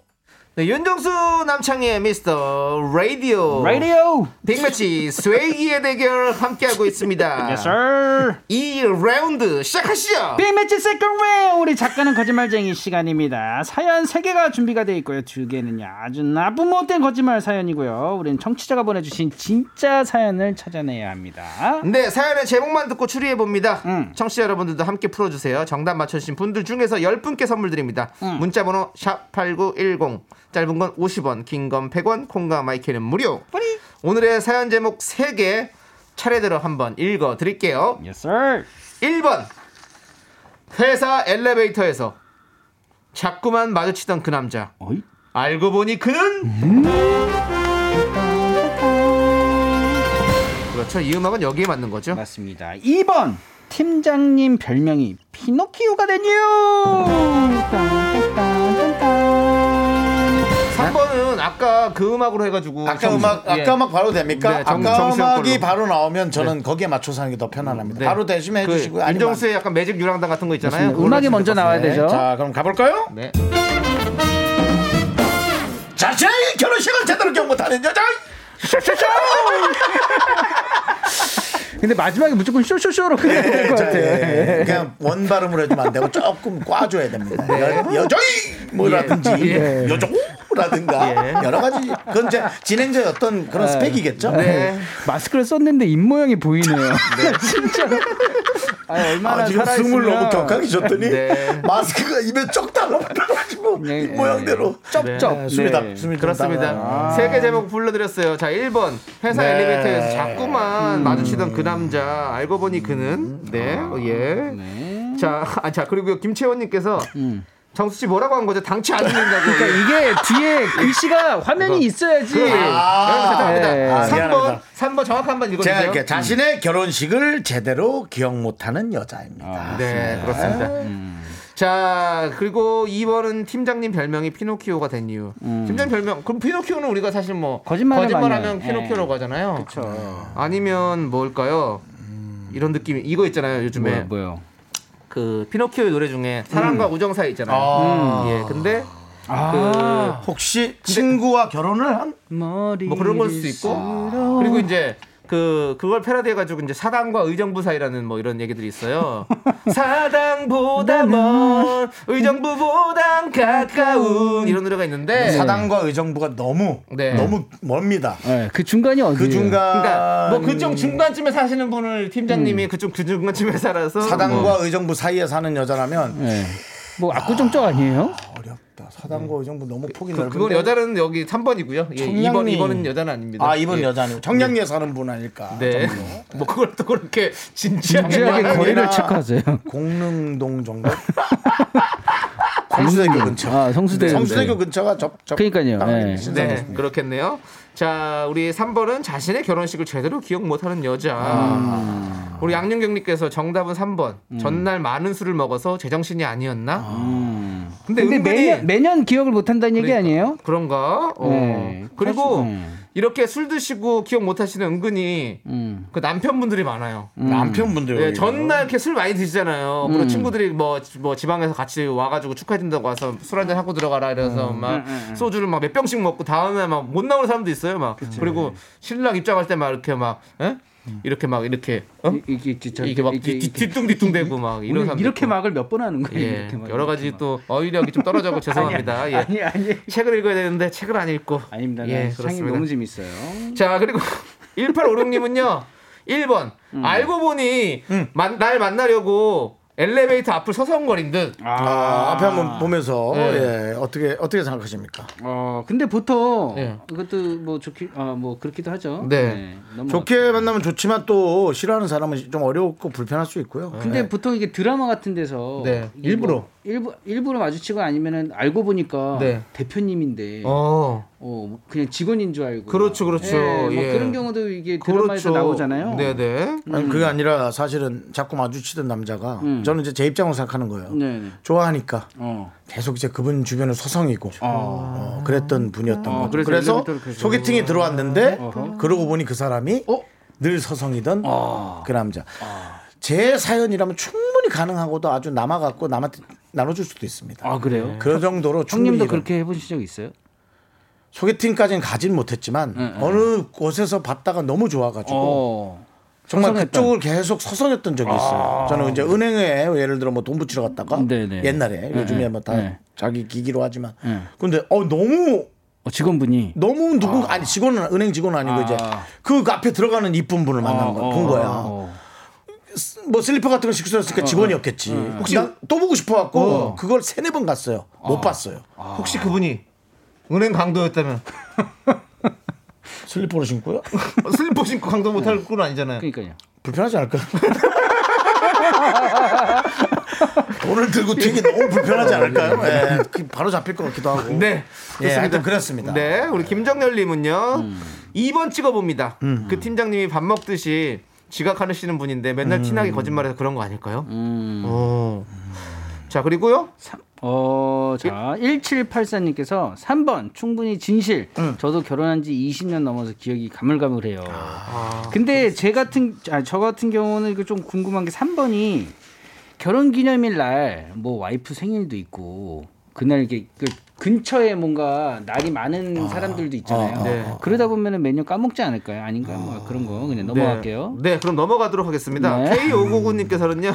Speaker 2: 네, 윤정수 남창희의 미스터 라디오.
Speaker 6: 라디오
Speaker 2: 빅매치 스웨이기의 대결 함께하고
Speaker 6: 아.
Speaker 2: 있습니다.
Speaker 6: sir
Speaker 2: 이 라운드 시작하시죠.
Speaker 6: 빅매치 세컨 레 우리 작가는 거짓말쟁이 시간입니다 사연 3개가 준비가 돼 있고요 2개는요 아주 나쁜 못된 거짓말 사연이고요 우린 청취자가 보내주신 진짜 사연을 찾아내야 합니다
Speaker 2: 네, 사연의 제목만 듣고 추리해 봅니다.
Speaker 6: 음.
Speaker 2: 청취자 여러분들도 함께 풀어 주세요. 정답 맞춰 주신 분들 중에서 10분께 선물 드립니다.
Speaker 6: 음.
Speaker 2: 문자 번호 샵8910. 짧은 건 50원, 긴 건 100원, 콩과 마이크는 무료. 오늘의 사연 제목 3개 차례대로 한번 읽어 드릴게요.
Speaker 6: yes sir
Speaker 2: 1번 회사 엘리베이터에서 자꾸만 마주치던 그 남자
Speaker 6: 어이
Speaker 2: 알고 보니 그는 그렇죠. 이 음악은 여기에 맞는 거죠.
Speaker 6: 맞습니다. 2번 팀장님 별명이 피노키오가 된 이유.
Speaker 2: 3번은 아까 그 음악으로 해가지고
Speaker 1: 아까 음악
Speaker 2: 예.
Speaker 1: 아까 음악 바로 됩니까?
Speaker 2: 네, 정-
Speaker 1: 아까
Speaker 2: 정수영
Speaker 1: 음악이
Speaker 2: 걸로.
Speaker 1: 바로 나오면 저는 거기에 맞춰서 하는 게 더 편안합니다.
Speaker 2: 네.
Speaker 1: 바로 대신에
Speaker 2: 그
Speaker 1: 해주시고요. 아니면-
Speaker 2: 윤정수의 약간 매직 유랑단 같은 거 있잖아요. 그걸로
Speaker 6: 음악이
Speaker 2: 해주시면
Speaker 6: 먼저
Speaker 2: 좋겠어요.
Speaker 6: 나와야 되죠.
Speaker 1: 자 그럼 가볼까요?
Speaker 2: 네.
Speaker 1: 자신의 결혼식을 제대로 기억 못하는 여자.
Speaker 6: 근데 마지막에 무조건 쇼쇼쇼로 끝내야
Speaker 2: 네,
Speaker 6: 될 것
Speaker 1: 자,
Speaker 6: 같아요.
Speaker 1: 예, 예. 그냥 원 발음으로 해주면 안 되고 조금 꽈줘야 됩니다. 여, 저이 뭐라든지
Speaker 2: 네. 예.
Speaker 1: 여조라든가 여러 가지 그건 이제 진행자의 어떤 그런 스펙이겠죠.
Speaker 2: 아, 네.
Speaker 6: 마스크를 썼는데 입 모양이 보이네요. 진짜로. 아 얼마나
Speaker 1: 아, 지금
Speaker 6: 살아있으면
Speaker 1: 숨을 너무 격하게 쉬었더니
Speaker 2: 네.
Speaker 1: 마스크가 입에 쩍 달라붙어가지고
Speaker 6: 네,
Speaker 1: 입 모양대로
Speaker 6: 쩝쩝.
Speaker 1: 네, 숨이 다
Speaker 6: 네.
Speaker 1: 숨이 좀 달아요.
Speaker 2: 그렇습니다. 세 개 제목 불러드렸어요. 자, 1번. 회사
Speaker 1: 네. 음.
Speaker 2: 엘리베이터에서 자꾸만 마주치던 그 남자. 알고 보니 그는. 네,
Speaker 1: 아.
Speaker 2: 어, 예. 자, 아, 자, 그리고 김채원님께서
Speaker 1: 음.
Speaker 2: 정수 씨 뭐라고 한 거죠? 당치 않는다고.
Speaker 6: 그러니까 이게 뒤에 글씨가 화면이 있어야지.
Speaker 1: 아,
Speaker 2: 여러분,
Speaker 6: 네.
Speaker 2: 죄송합니다.
Speaker 1: 아,
Speaker 2: 삼
Speaker 1: 미안합니다.
Speaker 2: 3번, 삼 번 정확한 한번
Speaker 1: 제가
Speaker 2: 읽어주세요.
Speaker 1: 이렇게 자신의 결혼식을 제대로 기억 못하는 여자입니다.
Speaker 2: 네, 그렇습니다.
Speaker 6: 음.
Speaker 2: 자, 그리고 2번은 팀장님 별명이 피노키오가 된 이유. 팀장님 별명, 그럼 피노키오는 우리가 사실 뭐
Speaker 6: 음. 거짓말을 많이 예.
Speaker 2: 하면
Speaker 6: 해요.
Speaker 2: 피노키오라고 하잖아요. 아니면 뭘까요? 이런 느낌이 이거 있잖아요 요즘에
Speaker 6: 음. 네. 뭐요, 뭐요?
Speaker 2: 그 피노키오의 노래 중에 사랑과 우정 사이 있잖아요. 음, 예, 근데 그
Speaker 6: 아,
Speaker 1: 혹시 친구와 결혼을 한?
Speaker 6: 머리.
Speaker 2: 뭐 그런 걸 수도 있고 그리고 이제 그 그걸 패러디해가지고 이제 사당과 의정부 사이라는 뭐 이런 얘기들이 있어요. 사당보다 먼 의정부보단 가까운 이런 노래가 있는데
Speaker 1: 네. 사당과 의정부가 너무
Speaker 2: 네.
Speaker 1: 너무 멉니다.
Speaker 6: 네, 그 중간이 어디?
Speaker 1: 그 중간
Speaker 2: 그러니까 뭐 그쪽 중간쯤에 사시는 분을 팀장님이 그쪽 그 중간쯤에 살아서
Speaker 1: 사당과
Speaker 2: 뭐
Speaker 1: 의정부 사이에 사는 여자라면
Speaker 6: 네. 뭐 압구정적 아니에요?
Speaker 1: 어렵다. 사당과 의정부 너무 폭이
Speaker 2: 그,
Speaker 1: 넓은데.
Speaker 2: 그건 여자는 여기 3번이고요. 예,
Speaker 1: 청량리.
Speaker 2: 2번 2번은 여자는 아닙니다.
Speaker 1: 아 이번
Speaker 2: 예.
Speaker 1: 여자는 청량리에 사는 분 아닐까.
Speaker 2: 네.
Speaker 1: 정도.
Speaker 2: 뭐 그걸 또 그렇게 진지하게
Speaker 6: 진지하게
Speaker 2: 말하는
Speaker 6: 거리를
Speaker 1: 아니라
Speaker 6: 체크하세요.
Speaker 1: 공릉동 정도. 성수대교 근처.
Speaker 6: 아, 성수대교.
Speaker 1: 성수대교 근처가 접. 접
Speaker 6: 그러니까요.
Speaker 1: 땅이
Speaker 6: 네.
Speaker 1: 신선하죠.
Speaker 2: 네, 그렇겠네요. 자, 우리 3번은 자신의 결혼식을 제대로 기억 못하는 여자.
Speaker 6: 아.
Speaker 2: 우리 양윤경님께서 정답은 3번.
Speaker 6: 음.
Speaker 2: 전날 많은 술을 먹어서 제정신이 아니었나? 근데,
Speaker 6: 근데
Speaker 2: 은근히
Speaker 6: 매년 매년 기억을 못 한다는 얘기
Speaker 2: 그러니까.
Speaker 6: 아니에요?
Speaker 2: 그런가? 어.
Speaker 6: 네, 음.
Speaker 2: 그리고
Speaker 6: 사실- 음.
Speaker 2: 이렇게 술 드시고 기억 못하시는 은근히 그 남편분들이 많아요.
Speaker 1: 남편분들.
Speaker 2: 예, 전날 이렇게 술 많이 드시잖아요.
Speaker 6: 음.
Speaker 2: 그리고 친구들이 뭐, 지- 뭐 지방에서 같이 와가지고 축하해준다고 와서 술 한잔 하고 들어가라 이래서
Speaker 6: 음.
Speaker 2: 막 소주를 막 몇 병씩 먹고 다음에 막 못 나오는 사람도 있어요. 막 그리고 신랑 입장할 때 막 이렇게 막 에? 이렇게 막 이렇게 어?
Speaker 6: 음. 이- 이게 이게 저-
Speaker 2: 이게 막 뒤- 뒤- 뒤뚱뒤뚱대고 막 이런
Speaker 6: 오늘
Speaker 2: 사람도
Speaker 6: 이렇게
Speaker 2: 있고.
Speaker 6: 막을 몇 번 하는 거예요?
Speaker 2: 예,
Speaker 6: 이렇게 막,
Speaker 2: 여러 가지
Speaker 6: 이렇게 막.
Speaker 2: 또 어휘력이 좀 떨어져고 죄송합니다. 예.
Speaker 6: 아니 아니.
Speaker 2: 책을 읽어야 되는데 책을 안 읽고
Speaker 6: 아닙니다.
Speaker 2: 예,
Speaker 6: 예, 창이
Speaker 2: 그렇습니다.
Speaker 6: 너무 재밌어요.
Speaker 2: 자, 그리고 1856님은요. 1번.
Speaker 6: 음.
Speaker 2: 알고 보니 만- 날 만나려고 엘리베이터 앞을 서성거린 듯.
Speaker 1: 아, 앞에 한번 보면서
Speaker 2: 네.
Speaker 1: 예, 어떻게 어떻게 생각하십니까?
Speaker 6: 어, 근데 보통
Speaker 2: 예.
Speaker 6: 그것도 뭐 좋기 아, 뭐 그렇기도 하죠.
Speaker 2: 네.
Speaker 6: 너무
Speaker 1: 좋게 만나면 좋지만 또 싫어하는 사람은 좀 어렵고 불편할 수 있고요.
Speaker 6: 근데
Speaker 1: 네.
Speaker 6: 보통 이게 드라마 같은 데서
Speaker 2: 네,
Speaker 6: 이게
Speaker 2: 일부러.
Speaker 6: 뭐 일부 일부러 마주치고 아니면은 알고 보니까
Speaker 2: 네.
Speaker 6: 대표님인데 어.
Speaker 2: 어.
Speaker 6: 뭐 그냥 직원인 줄 알고
Speaker 2: 그렇죠, 그렇죠.
Speaker 6: 뭐
Speaker 2: 예.
Speaker 6: 그런 경우도 이게 드라마에서 나오잖아요.
Speaker 2: 네, 네.
Speaker 1: 아니, 그게 아니라 사실은 자꾸 마주치던 남자가 저는 이제 제 입장으로 생각하는 거예요.
Speaker 6: 네, 네.
Speaker 1: 좋아하니까
Speaker 6: 어.
Speaker 1: 계속 이제 그분 주변을 서성이고 어, 그랬던 분이었던 거죠.
Speaker 6: 그렇죠. 아. 그래서
Speaker 1: 그래서,
Speaker 6: 엘리베이터를 계속-
Speaker 1: 소개팅이 들어왔는데 그러고 보니 그 사람이
Speaker 6: 어? 아.
Speaker 1: 늘 서성이던 그 남자. 제 사연이라면 충분히 가능하고도 아주 남아갖고 남한테 나눠줄 수도 있습니다.
Speaker 6: 아, 그래요?
Speaker 1: 그 정도로 충분히
Speaker 6: 형님도
Speaker 1: 이런-
Speaker 6: 그렇게 해보신 적 있어요?
Speaker 1: 소개팅까지는 가진 못했지만 어느 곳에서 봤다가 너무 좋아가지고
Speaker 6: 네, 어.
Speaker 1: 정말
Speaker 6: 서성했던. 아.
Speaker 1: 그쪽을 계속 서성했던 적이 있어요. 저는 이제 은행에 예를 들어 뭐 돈 붙이러 갔다가
Speaker 6: 네네.
Speaker 1: 옛날에 요즘에 뭐 다
Speaker 6: 네.
Speaker 1: 자기 기기로 하지만
Speaker 6: 네.
Speaker 1: 근데 어 너무
Speaker 6: 어,
Speaker 2: 네.
Speaker 6: 직원분이
Speaker 1: 너무 누군 가 아니 직원은 은행 직원 아니고 이제 그 앞에 들어가는 이쁜 분을 만난 거야
Speaker 6: 어,
Speaker 1: 본 거야. 뭐 슬리퍼 같은 거 신고 썼으니까 직원이었겠지.
Speaker 6: 어.
Speaker 1: 혹시 난또 보고 싶어 갖고 그걸 세네 번 갔어요.
Speaker 6: 아.
Speaker 1: 못 봤어요.
Speaker 2: 혹시 그분이 은행 강도였다면
Speaker 1: 슬리퍼를 신고요?
Speaker 2: 어, 슬리퍼 신고
Speaker 6: 그러니까.
Speaker 2: 강도 못할 건 아니잖아요.
Speaker 6: 그러니까요.
Speaker 1: 불편하지 않을까? 돈을 들고 튀기 너무 불편하지 않을까요? 예, 그 바로 잡힐 것 같기도 하고.
Speaker 2: 네.
Speaker 1: 예,
Speaker 2: 좋습니다.
Speaker 1: 하여튼 그렇습니다.
Speaker 2: 네, 우리 김정렬님은요.
Speaker 6: 음.
Speaker 2: 2번 찍어봅니다. 그 팀장님이 밥 먹듯이 지각하시는 분인데 맨날 티나게 거짓말해서 그런 거 아닐까요?
Speaker 6: 음.
Speaker 2: 어. 자 그리고요.
Speaker 6: 어, 자, 1784님께서 3번, 충분히 진실. 저도 결혼한 지 20년 넘어서 기억이 가물가물해요. 근데 제 같은, 아, 저 같은 경우는 이거 좀 궁금한 게 3번이 결혼 기념일 날, 뭐 와이프 생일도 있고, 그날 이렇게 그 근처에 뭔가 날이 많은 사람들도 있잖아요.
Speaker 2: 네.
Speaker 6: 그러다 보면은 메뉴 까먹지 않을까요? 아닌가? 뭐 그런 거 그냥 넘어갈게요.
Speaker 2: 네, 그럼 넘어가도록 하겠습니다.
Speaker 6: 네.
Speaker 2: K599님께서는요.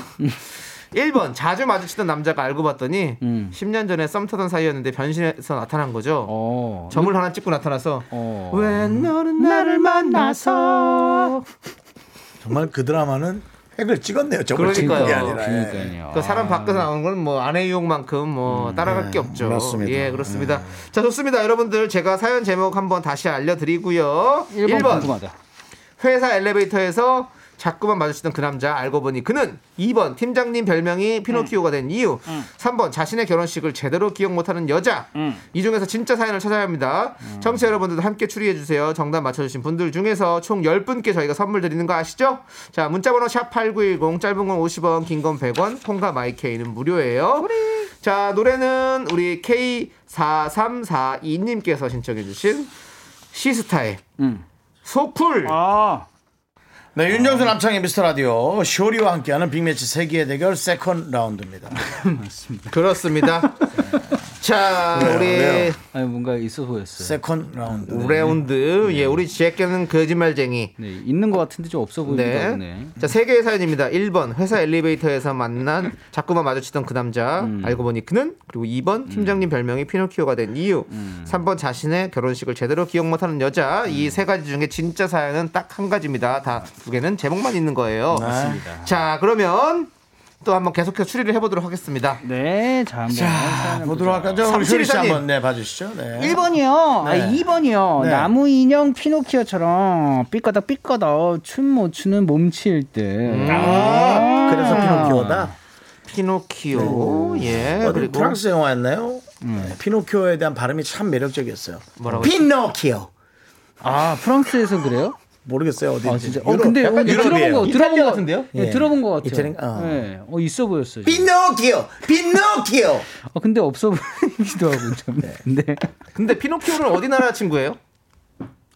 Speaker 2: 1번 자주 마주치던 남자가 알고 봤더니
Speaker 6: 음.
Speaker 2: 10년 전에 썸 타던 사이였는데 변신해서 나타난 거죠.
Speaker 6: 어.
Speaker 2: 점을 하나 찍고 나타나서
Speaker 6: 어.
Speaker 2: 왜 너는 나를 만나서
Speaker 1: 정말 그 드라마는 핵을 찍었네요. 저걸 찍은 게
Speaker 2: 그러니까요.
Speaker 1: 아니라. 예.
Speaker 6: 그러니까요.
Speaker 2: 그 사람 밖에서 나오는 건 뭐 아내 유혹만큼
Speaker 6: 음, 네.
Speaker 2: 뭐 따라갈 게 없죠.
Speaker 1: 그렇습니다.
Speaker 2: 예, 그렇습니다. 자, 좋습니다. 여러분들 제가 사연 제목 한번 다시 알려드리고요.
Speaker 6: 1번,
Speaker 2: 1번,
Speaker 6: 궁금하다.
Speaker 2: 회사 엘리베이터에서 자꾸만 마주치던 그 남자 알고 보니 그는 2번 팀장님 별명이 피노키오가 된 이유 3번 자신의 결혼식을 제대로 기억 못하는 여자 이 중에서 진짜 사연을 찾아야 합니다 청취자 여러분들도 함께 추리해 주세요 정답 맞춰주신 분들 중에서 총 10분께 저희가 선물 드리는 거 아시죠? 자 문자번호 샵8910 짧은 건 50원 긴 건 100원 콩과 마이케이는 무료예요 자 노래는 우리 K4342님께서 신청해 주신 시스타의 소풀
Speaker 6: 아,
Speaker 1: 네, 윤정수 남창의 미스터 라디오 쇼리와 함께하는 빅매치 세계의 대결 세컨
Speaker 2: 네.
Speaker 1: 라운드입니다.
Speaker 2: 그렇습니다. 자,
Speaker 1: 그래요. 네.
Speaker 6: 아니, 뭔가 있어 보였어요.
Speaker 1: 세컨 라운드.
Speaker 2: 우리 라운드 예, 우리 지혜께는 거짓말쟁이.
Speaker 6: 네, 있는 것 같은데 좀 없어
Speaker 1: 음,
Speaker 6: 보이기도
Speaker 2: 네.
Speaker 6: 하고, 네.
Speaker 2: 자, 세 개의 사연입니다. 1번, 회사 엘리베이터에서 만난 자꾸만 마주치던 그 남자.
Speaker 1: 음.
Speaker 2: 알고 보니 그는 그리고 2번, 팀장님 별명이 피노키오가 된 이유.
Speaker 1: 음.
Speaker 2: 3번, 자신의 결혼식을 제대로 기억 못 하는 여자. 이 세 가지 중에 진짜 사연은 딱 한 가지입니다. 다 두 개는 제목만 있는 거예요.
Speaker 1: 네. 맞습니다.
Speaker 2: 자, 그러면 또 한번 계속해서 추리를 해 보도록 하겠습니다.
Speaker 6: 네, 자, 한번
Speaker 1: 자, 보도록 할까요? 자, 우리 쇼리 씨 한번 네, 봐주시죠. 네.
Speaker 6: 1번이요.
Speaker 1: 네.
Speaker 6: 아, 2번이요.
Speaker 1: 네.
Speaker 6: 나무 인형 피노키오처럼 삐까덕 삐까덕 춤 못 추는 몸치일 때.
Speaker 1: 아, 그래서
Speaker 2: 음.
Speaker 1: 피노키오다.
Speaker 2: 피노키오.
Speaker 1: 네.
Speaker 2: 예.
Speaker 1: 어디
Speaker 2: 그리고 음.
Speaker 1: 프랑스 영화였나요? 네, 피노키오에 대한 발음이 참 매력적이었어요.
Speaker 2: 뭐라고
Speaker 1: 피노키오.
Speaker 6: 아, 프랑스에서 그래요?
Speaker 1: 모르겠어요 어디.
Speaker 6: 아, 진짜. 어, 근데 오늘 들어본 거, 들어본 거 같은데요? 예,
Speaker 1: 예.
Speaker 6: 들어본 거 같아요.
Speaker 1: 이태리- 어.
Speaker 6: 예, 어, 있어 보였어요. 지금.
Speaker 1: 피노키오, 피노키오.
Speaker 6: 어, 근데 없어 보이기도 하고 좀. 네.
Speaker 2: 근데 피노키오는 어디 나라 친구예요?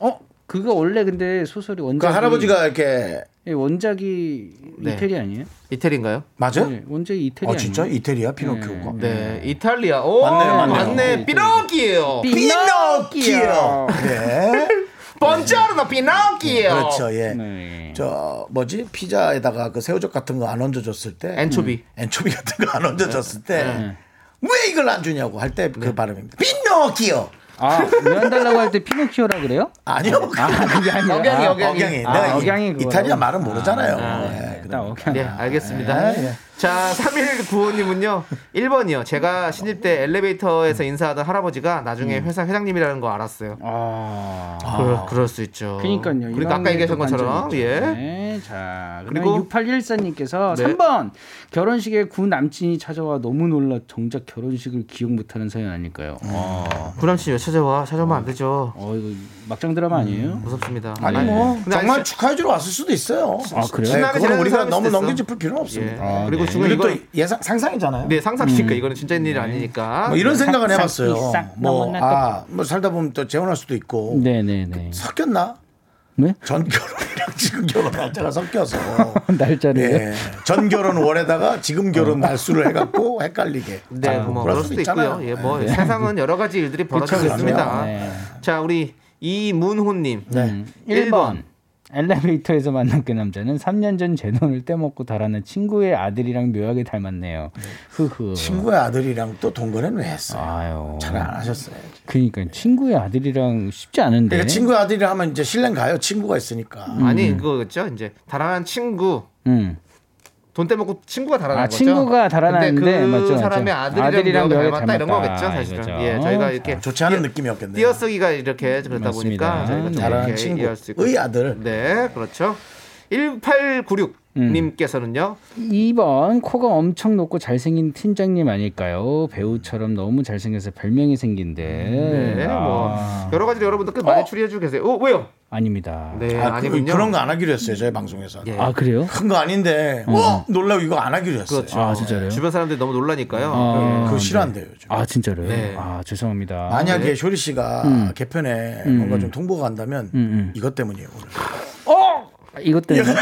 Speaker 6: 어, 그거 원래 근데 소설이
Speaker 1: 그
Speaker 6: 원작이
Speaker 1: 할아버지가 이렇게
Speaker 6: 예, 원작이
Speaker 2: 네.
Speaker 6: 이태리 아니에요?
Speaker 2: 이태리인가요?
Speaker 1: 맞아?
Speaker 6: 네, 원작이 이태리
Speaker 1: 아
Speaker 6: 아니에요?
Speaker 1: 진짜 이태리야 피노키오가.
Speaker 2: 네, 이탈리아. 오,
Speaker 1: 맞네요, 어, 맞네요.
Speaker 2: 맞네. 피노키오.
Speaker 1: 피노키오. 네.
Speaker 2: 번지아르노 피노키오.
Speaker 1: 그렇죠. 예.
Speaker 6: 네.
Speaker 1: 저 뭐지 피자에다가 그 새우젓 같은 거 안 얹어줬을 때
Speaker 2: 엔초비.
Speaker 1: 엔초비 같은 거 안 얹어줬을
Speaker 6: 네.
Speaker 1: 때 왜 이걸 안 주냐고 할 때 그 발음입니다. 피노키오.
Speaker 6: 아, 왜안 달라고 할 때 피노키오라 그래요?
Speaker 1: 아니요.
Speaker 6: 아, 그게 아니라.
Speaker 2: 억양이,
Speaker 6: 아,
Speaker 2: 억양이.
Speaker 1: 억양이.
Speaker 6: 아,
Speaker 1: 내가 이-
Speaker 6: 억양이 그거라고?
Speaker 1: 이탈리아 말은 모르잖아요. 예,
Speaker 6: 나
Speaker 1: 그럼.
Speaker 6: 억양.
Speaker 2: 네, 알겠습니다.
Speaker 1: 예, 예.
Speaker 2: 자, 3195님은요. 1번이요. 제가 신입 때 엘리베이터에서 인사하던 할아버지가 나중에
Speaker 1: 음.
Speaker 2: 회사 회장님이라는 거 알았어요.
Speaker 6: 아.
Speaker 2: 그럴, 그럴 수 있죠.
Speaker 6: 그러니까요.
Speaker 2: 그러니까 아까 얘기하신 것처럼 예.
Speaker 6: 네, 자
Speaker 2: 그리고-
Speaker 6: 그리고 6814님께서
Speaker 2: 네.
Speaker 6: 3번 결혼식에 구 남친이 찾아와 너무 놀라 정작 결혼식을 기억 못하는 사연 아닐까요? 아,
Speaker 2: 구남씨 왜 찾아와? 찾아오면 안 되죠.
Speaker 6: 어 이거 막장 드라마 아니에요?
Speaker 2: 무섭습니다.
Speaker 1: 아니 뭐
Speaker 2: 근데
Speaker 1: 정말
Speaker 2: 아저씨-
Speaker 1: 축하해주러 왔을 수도 있어요.
Speaker 6: 어. 아, 그래요?
Speaker 1: 네,
Speaker 2: 친하게
Speaker 1: 그거는
Speaker 2: 지내는
Speaker 1: 우리가
Speaker 2: 사람일
Speaker 1: 너무
Speaker 2: 수도 있어.
Speaker 1: 넘겨짚을 필요는
Speaker 2: 예.
Speaker 1: 없습니다.
Speaker 6: 아,
Speaker 2: 그리고
Speaker 6: 네.
Speaker 2: 지금
Speaker 1: 그리고
Speaker 2: 이거
Speaker 1: 또 예상 상상이잖아요.
Speaker 2: 네, 상상시니까 이거는 진짜 일이 아니니까.
Speaker 1: 음. 뭐 이런 생각은
Speaker 6: 상-
Speaker 1: 해봤어요.
Speaker 6: 이상
Speaker 1: 뭐,
Speaker 6: 너무나
Speaker 1: 아, 뭐 살다 보면 또 재혼할 수도 있고
Speaker 6: 네네네.
Speaker 1: 섞였나?
Speaker 6: 네?
Speaker 1: 전 결혼이랑 지금 결혼 날짜가 섞여서
Speaker 6: 그 날짜를
Speaker 1: 예. 전 결혼 월에다가 지금 결혼
Speaker 6: 어.
Speaker 1: 날수를 해갖고 헷갈리게.
Speaker 2: 네, 뭐 그럴 수도 있고요.
Speaker 1: 네.
Speaker 2: 예, 뭐 세상은 여러 가지 일들이 벌어지고
Speaker 1: 그렇죠.
Speaker 2: 있습니다.
Speaker 6: 네.
Speaker 2: 자, 우리 이문호님. 음.
Speaker 1: 네.
Speaker 2: 1번.
Speaker 6: 음. 엘리베이터에서 만난 그 남자는 3년 전 제 돈을 떼먹고 달아난 친구의 아들이랑 묘하게 닮았네요. 흐흐.
Speaker 1: 친구의 아들이랑 또 동거는 왜 했어요?
Speaker 6: 아유.
Speaker 1: 잘 안 하셨어요.
Speaker 6: 그러니까 친구의 아들이랑 쉽지 않은데.
Speaker 1: 그러니까 친구의 아들이라 하면 이제 신랑 가요. 친구가 있으니까.
Speaker 2: 아니 그거겠죠. 이제 달아난 친구.
Speaker 6: 음.
Speaker 2: 돈 떼먹고 친구가 달아난
Speaker 6: 아,
Speaker 2: 거죠.
Speaker 6: 친구가 달아났는데,
Speaker 2: 근데 그
Speaker 6: 맞죠, 맞죠.
Speaker 2: 사람의 아들이랑
Speaker 6: 아들이랑
Speaker 2: 묘하게
Speaker 6: 묘하게
Speaker 2: 닮았다 이런
Speaker 6: 닮았다,
Speaker 2: 거겠죠, 사실은.
Speaker 6: 이거죠.
Speaker 2: 예, 저희가
Speaker 6: 자,
Speaker 2: 이렇게
Speaker 1: 좋지 않은 느낌이었겠네요.
Speaker 2: 띄어쓰기가 이렇게 그러다
Speaker 6: 맞습니다. 예,
Speaker 2: 보니까 저희가 좀
Speaker 1: 잘하는
Speaker 2: 이렇게 이해할 수 있고.
Speaker 1: 친구의 아들.
Speaker 2: 네, 그렇죠. 1896 네, 님께서는요.
Speaker 6: 2번 코가 엄청 높고 잘생긴 팀장님 아닐까요? 배우처럼 너무 잘생겨서 별명이 생긴데.
Speaker 2: 네, 뭐
Speaker 6: 아,
Speaker 2: 여러 가지로 여러분들 끝 많이 추리해 주고 계세요. 어, 왜요?
Speaker 6: 예, 아닙니다.
Speaker 2: 네,
Speaker 1: 아,
Speaker 2: 아,
Speaker 1: 그,
Speaker 2: 니군요
Speaker 1: 그런 거 안 하기로 했어요 저희 방송에서.
Speaker 2: 예.
Speaker 6: 아 그래요?
Speaker 1: 큰 거 아닌데
Speaker 6: 음.
Speaker 1: 어? 놀라고 이거 안 하기로 했어요.
Speaker 2: 그렇죠.
Speaker 6: 아 진짜로요?
Speaker 2: 주변 사람들이 너무 놀라니까요.
Speaker 6: 아.
Speaker 1: 그거 싫어한대요 요즘.
Speaker 6: 아 네. 진짜로요?
Speaker 2: 네.
Speaker 6: 아 죄송합니다.
Speaker 1: 만약에 쇼리 씨가
Speaker 6: 음.
Speaker 1: 개편에 뭔가 좀 통보가 간다면 이것 때문이에요. 오늘.
Speaker 6: 아, 이것 때문에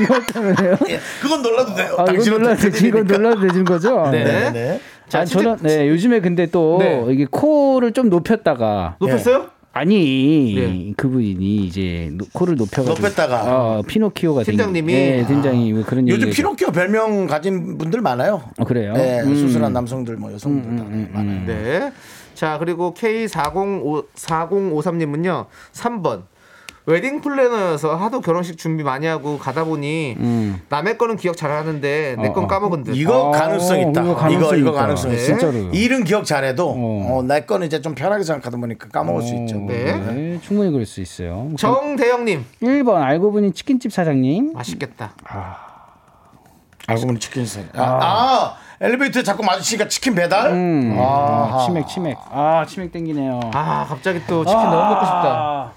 Speaker 6: 이것 때문에요?
Speaker 1: 예, 그건 놀라도 돼요.
Speaker 6: 아, 이거
Speaker 1: 당신은
Speaker 6: 놀라도 되지, 이거
Speaker 1: 대표님이니까.
Speaker 6: 놀라도 되는 거죠?
Speaker 2: 네.
Speaker 1: 네, 네.
Speaker 2: 자,
Speaker 6: 아,
Speaker 2: 진짜-
Speaker 6: 저는 네 요즘에 근데 또
Speaker 2: 네.
Speaker 6: 이게 코를 좀 높였다가
Speaker 2: 높였어요?
Speaker 6: 아니
Speaker 2: 네.
Speaker 6: 그분이 이제 노- 코를 높여가지고
Speaker 1: 높였다가.
Speaker 6: 어, 피노키오가 된-
Speaker 2: 팀장님이? 아,
Speaker 6: 네, 팀장이 왜 그런
Speaker 1: 요즘
Speaker 6: 얘기가-
Speaker 1: 피노키오 별명 가진 분들 많아요.
Speaker 6: 어, 그래요?
Speaker 1: 네,
Speaker 6: 음.
Speaker 1: 수술한 남성들 뭐 여성들 다 네, 많아요.
Speaker 2: 네. 자, 그리고 K4053님은요, 3번. 웨딩 플래너여서 하도 결혼식 준비 많이 하고 가다 보니 남의 거는 기억 잘 하는데 내 건
Speaker 6: 음. 어.
Speaker 2: 까먹은 듯.
Speaker 1: 이거
Speaker 6: 아,
Speaker 1: 가능성 있다.
Speaker 6: 이거
Speaker 1: 이거
Speaker 6: 가능성
Speaker 1: 이거,
Speaker 6: 있다.
Speaker 1: 가능성
Speaker 6: 네.
Speaker 1: 있어.
Speaker 6: 진짜로요.
Speaker 1: 일은 기억 잘해도
Speaker 6: 어.
Speaker 1: 어, 내 거는 이제 좀 편하게 생각하다 보니까 까먹을 수 있죠.
Speaker 2: 네.
Speaker 6: 네, 충분히 그럴 수 있어요.
Speaker 2: 정대영님,
Speaker 6: 1번 알고 보니 치킨집 사장님.
Speaker 2: 맛있겠다.
Speaker 1: 알고 보니 치킨 생. 아, 아 엘리베이터에 자꾸 마주치니까 치킨 배달.
Speaker 6: 음.
Speaker 1: 아,
Speaker 6: 아, 치맥 치맥. 아 치맥 땡기네요.
Speaker 2: 아, 갑자기 또 치킨 너무 먹고 싶다.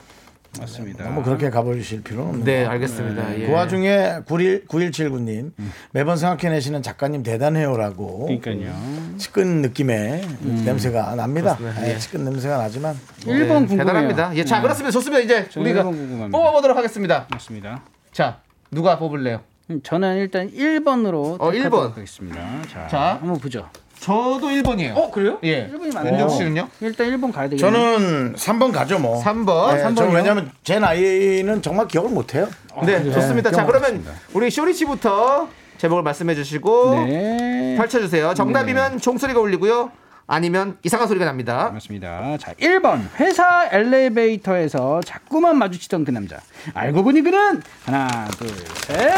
Speaker 6: 맞습니다.
Speaker 1: 너무 그렇게 가버리실 필요는 없는.
Speaker 2: 네, 알겠습니다. 예.
Speaker 1: 그 와중에 91, 9179님 매번 생각해내시는 작가님 대단해요라고
Speaker 6: 그러니까요.
Speaker 1: 치킨 느낌의 냄새가 납니다. 예, 치킨 냄새가 나지만
Speaker 6: 1번 궁금해요.
Speaker 2: 네,
Speaker 6: 네.
Speaker 2: 대단합니다. 예, 자, 그렇습니다. 좋습니다. 이제
Speaker 6: 저는
Speaker 2: 우리가
Speaker 6: 일번 궁금합니다.
Speaker 2: 뽑아보도록 하겠습니다.
Speaker 6: 맞습니다.
Speaker 2: 자, 누가 뽑을래요?
Speaker 6: 음, 저는 일단 1번으로
Speaker 2: 어, 일 번.
Speaker 6: 하겠습니다. 자,
Speaker 2: 자.
Speaker 6: 한번 보죠.
Speaker 2: 저도 1번이에요.
Speaker 6: 어, 그래요?
Speaker 2: 예.
Speaker 6: 1번이
Speaker 2: 윤정
Speaker 6: 맞네요.
Speaker 2: 씨는요?
Speaker 6: 일단 1번 가야 되겠네요.
Speaker 1: 저는 3번 가죠 뭐.
Speaker 2: 3번.
Speaker 1: 네, 저는 왜냐면 제 나이는 정말 기억을 못해요.
Speaker 6: 아,
Speaker 2: 네, 좋습니다. 자,
Speaker 1: 네,
Speaker 2: 그러면 우리 쇼리 씨부터 제목을 말씀해 주시고
Speaker 6: 네.
Speaker 2: 펼쳐 주세요. 정답이면 종소리가 울리고요. 아니면 이상한 소리가
Speaker 6: 네.
Speaker 2: 납니다.
Speaker 6: 맞습니다. 자, 1번. 회사 엘리베이터에서 자꾸만 마주치던 그 남자. 알고 보니 그는 하나, 둘, 셋.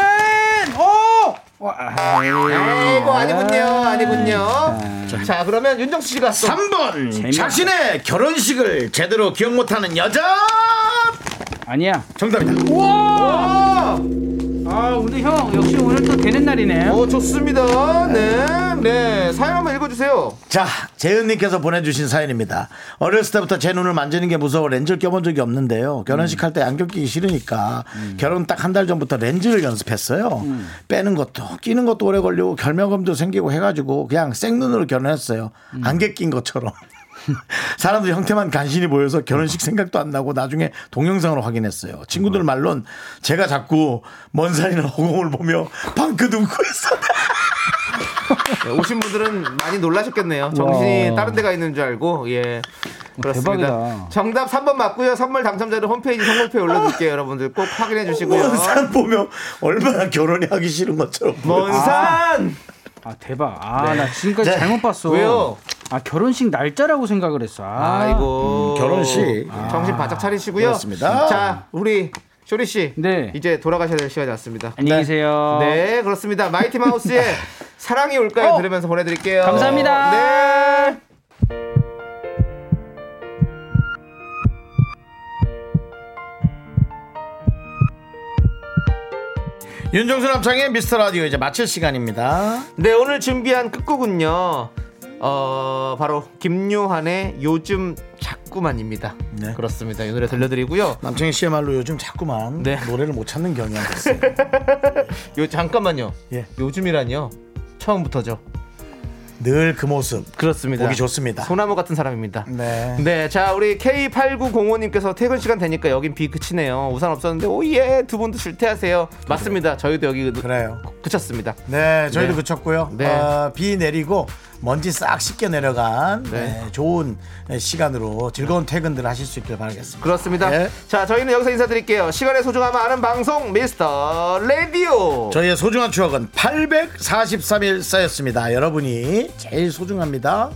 Speaker 6: 오! 와, 아,
Speaker 2: 아이고 아니군요. 아니군요.
Speaker 6: 네.
Speaker 2: 자, 그러면 윤정수 씨가 또
Speaker 1: 3번 자신의 결혼식을 제대로 기억 못하는 여자
Speaker 6: 아니야.
Speaker 1: 정답입니다.
Speaker 6: 아, 오늘 형 역시 오늘 또 되는 날이네요.
Speaker 2: 어, 좋습니다. 네. 네. 사연 한번 읽어 주세요.
Speaker 1: 자 재은님께서 보내주신 사연입니다. 어렸을 때부터 제 눈을 만지는 게 무서워 렌즈를 껴본 적이 없는데요. 결혼식 할 때 안경 끼기 싫으니까 결혼 딱 한 달 전부터 렌즈를 연습했어요. 빼는 것도 끼는 것도 오래 걸리고 결명검도 생기고 해가지고 그냥 생눈으로 결혼했어요. 안개 낀 것처럼. 사람들 형태만 간신히 보여서 결혼식 생각도 안 나고 나중에 동영상으로 확인했어요. 친구들 말론 제가 자꾸 먼 산이나 허공을 보며 방긋 웃고 있었다.
Speaker 2: 네, 오신 분들은 많이 놀라셨겠네요. 정신이
Speaker 6: 와. 어,
Speaker 2: 다른 데가 있는 줄 알고. 예. 그렇습니다.
Speaker 6: 대박이다.
Speaker 2: 정답 3번 맞고요. 선물 당첨자는 홈페이지 선물표에 올려둘게요. 여러분들 꼭 확인해 주시고요.
Speaker 1: 원산 보면 얼마나 결혼이 하기 싫은 것처럼 보여요.
Speaker 2: 먼산
Speaker 6: 아, 대박. 아, 나 지금까지
Speaker 1: 네.
Speaker 6: 잘못 봤어.
Speaker 2: 왜요?
Speaker 6: 아, 결혼식 날짜라고 생각을 했어. 아,
Speaker 2: 아이고
Speaker 1: 음, 결혼식.
Speaker 2: 정신 바짝 차리시고요.
Speaker 1: 그렇습니다.
Speaker 2: 자 우리 쇼리 씨
Speaker 6: 네.
Speaker 2: 이제 돌아가셔야 될 시간이 왔습니다.
Speaker 6: 안녕히 계세요.
Speaker 2: 네 그렇습니다. 마이티 마우스의 사랑이 올까요 들으면서 보내드릴게요.
Speaker 6: 감사합니다.
Speaker 2: 네.
Speaker 1: 윤정수 남창의 미스터 라디오 이제 마칠 시간입니다.
Speaker 2: 네 오늘 준비한 끝곡은요. 어 바로 김요한의 요즘 자꾸만입니다.
Speaker 1: 네.
Speaker 2: 그렇습니다. 이 노래 들려드리고요.
Speaker 1: 남창희 씨야말로 요즘 자꾸만
Speaker 2: 네.
Speaker 1: 노래를 못 찾는 경향이 있어요.
Speaker 2: 요 잠깐만요.
Speaker 1: 예.
Speaker 2: 요즘이라니요. 처음부터죠.
Speaker 1: 늘 그 모습.
Speaker 2: 그렇습니다.
Speaker 1: 보기 좋습니다.
Speaker 2: 소나무 같은 사람입니다.
Speaker 1: 네.
Speaker 2: 네, 자 우리 K8905님께서 퇴근 시간 되니까 여긴 비 그치네요. 우산 없었는데 오예 두 분도 출퇴하세요. 맞습니다. 저희도 여기 그-
Speaker 1: 그래요.
Speaker 2: 그쳤습니다.
Speaker 1: 네, 저희도
Speaker 2: 네.
Speaker 1: 그쳤고요.
Speaker 2: 네.
Speaker 1: 어, 비 내리고 먼지 싹 씻겨 내려간
Speaker 2: 네.
Speaker 1: 네, 좋은 시간으로 즐거운 퇴근들 하실 수 있길 바라겠습니다.
Speaker 2: 그렇습니다.
Speaker 1: 예.
Speaker 2: 자 저희는 여기서 인사드릴게요. 시간의 소중함을 아는 방송 미스터 라디오.
Speaker 1: 저희의 소중한 추억은 843일 쌓였습니다. 여러분이 제일 소중합니다.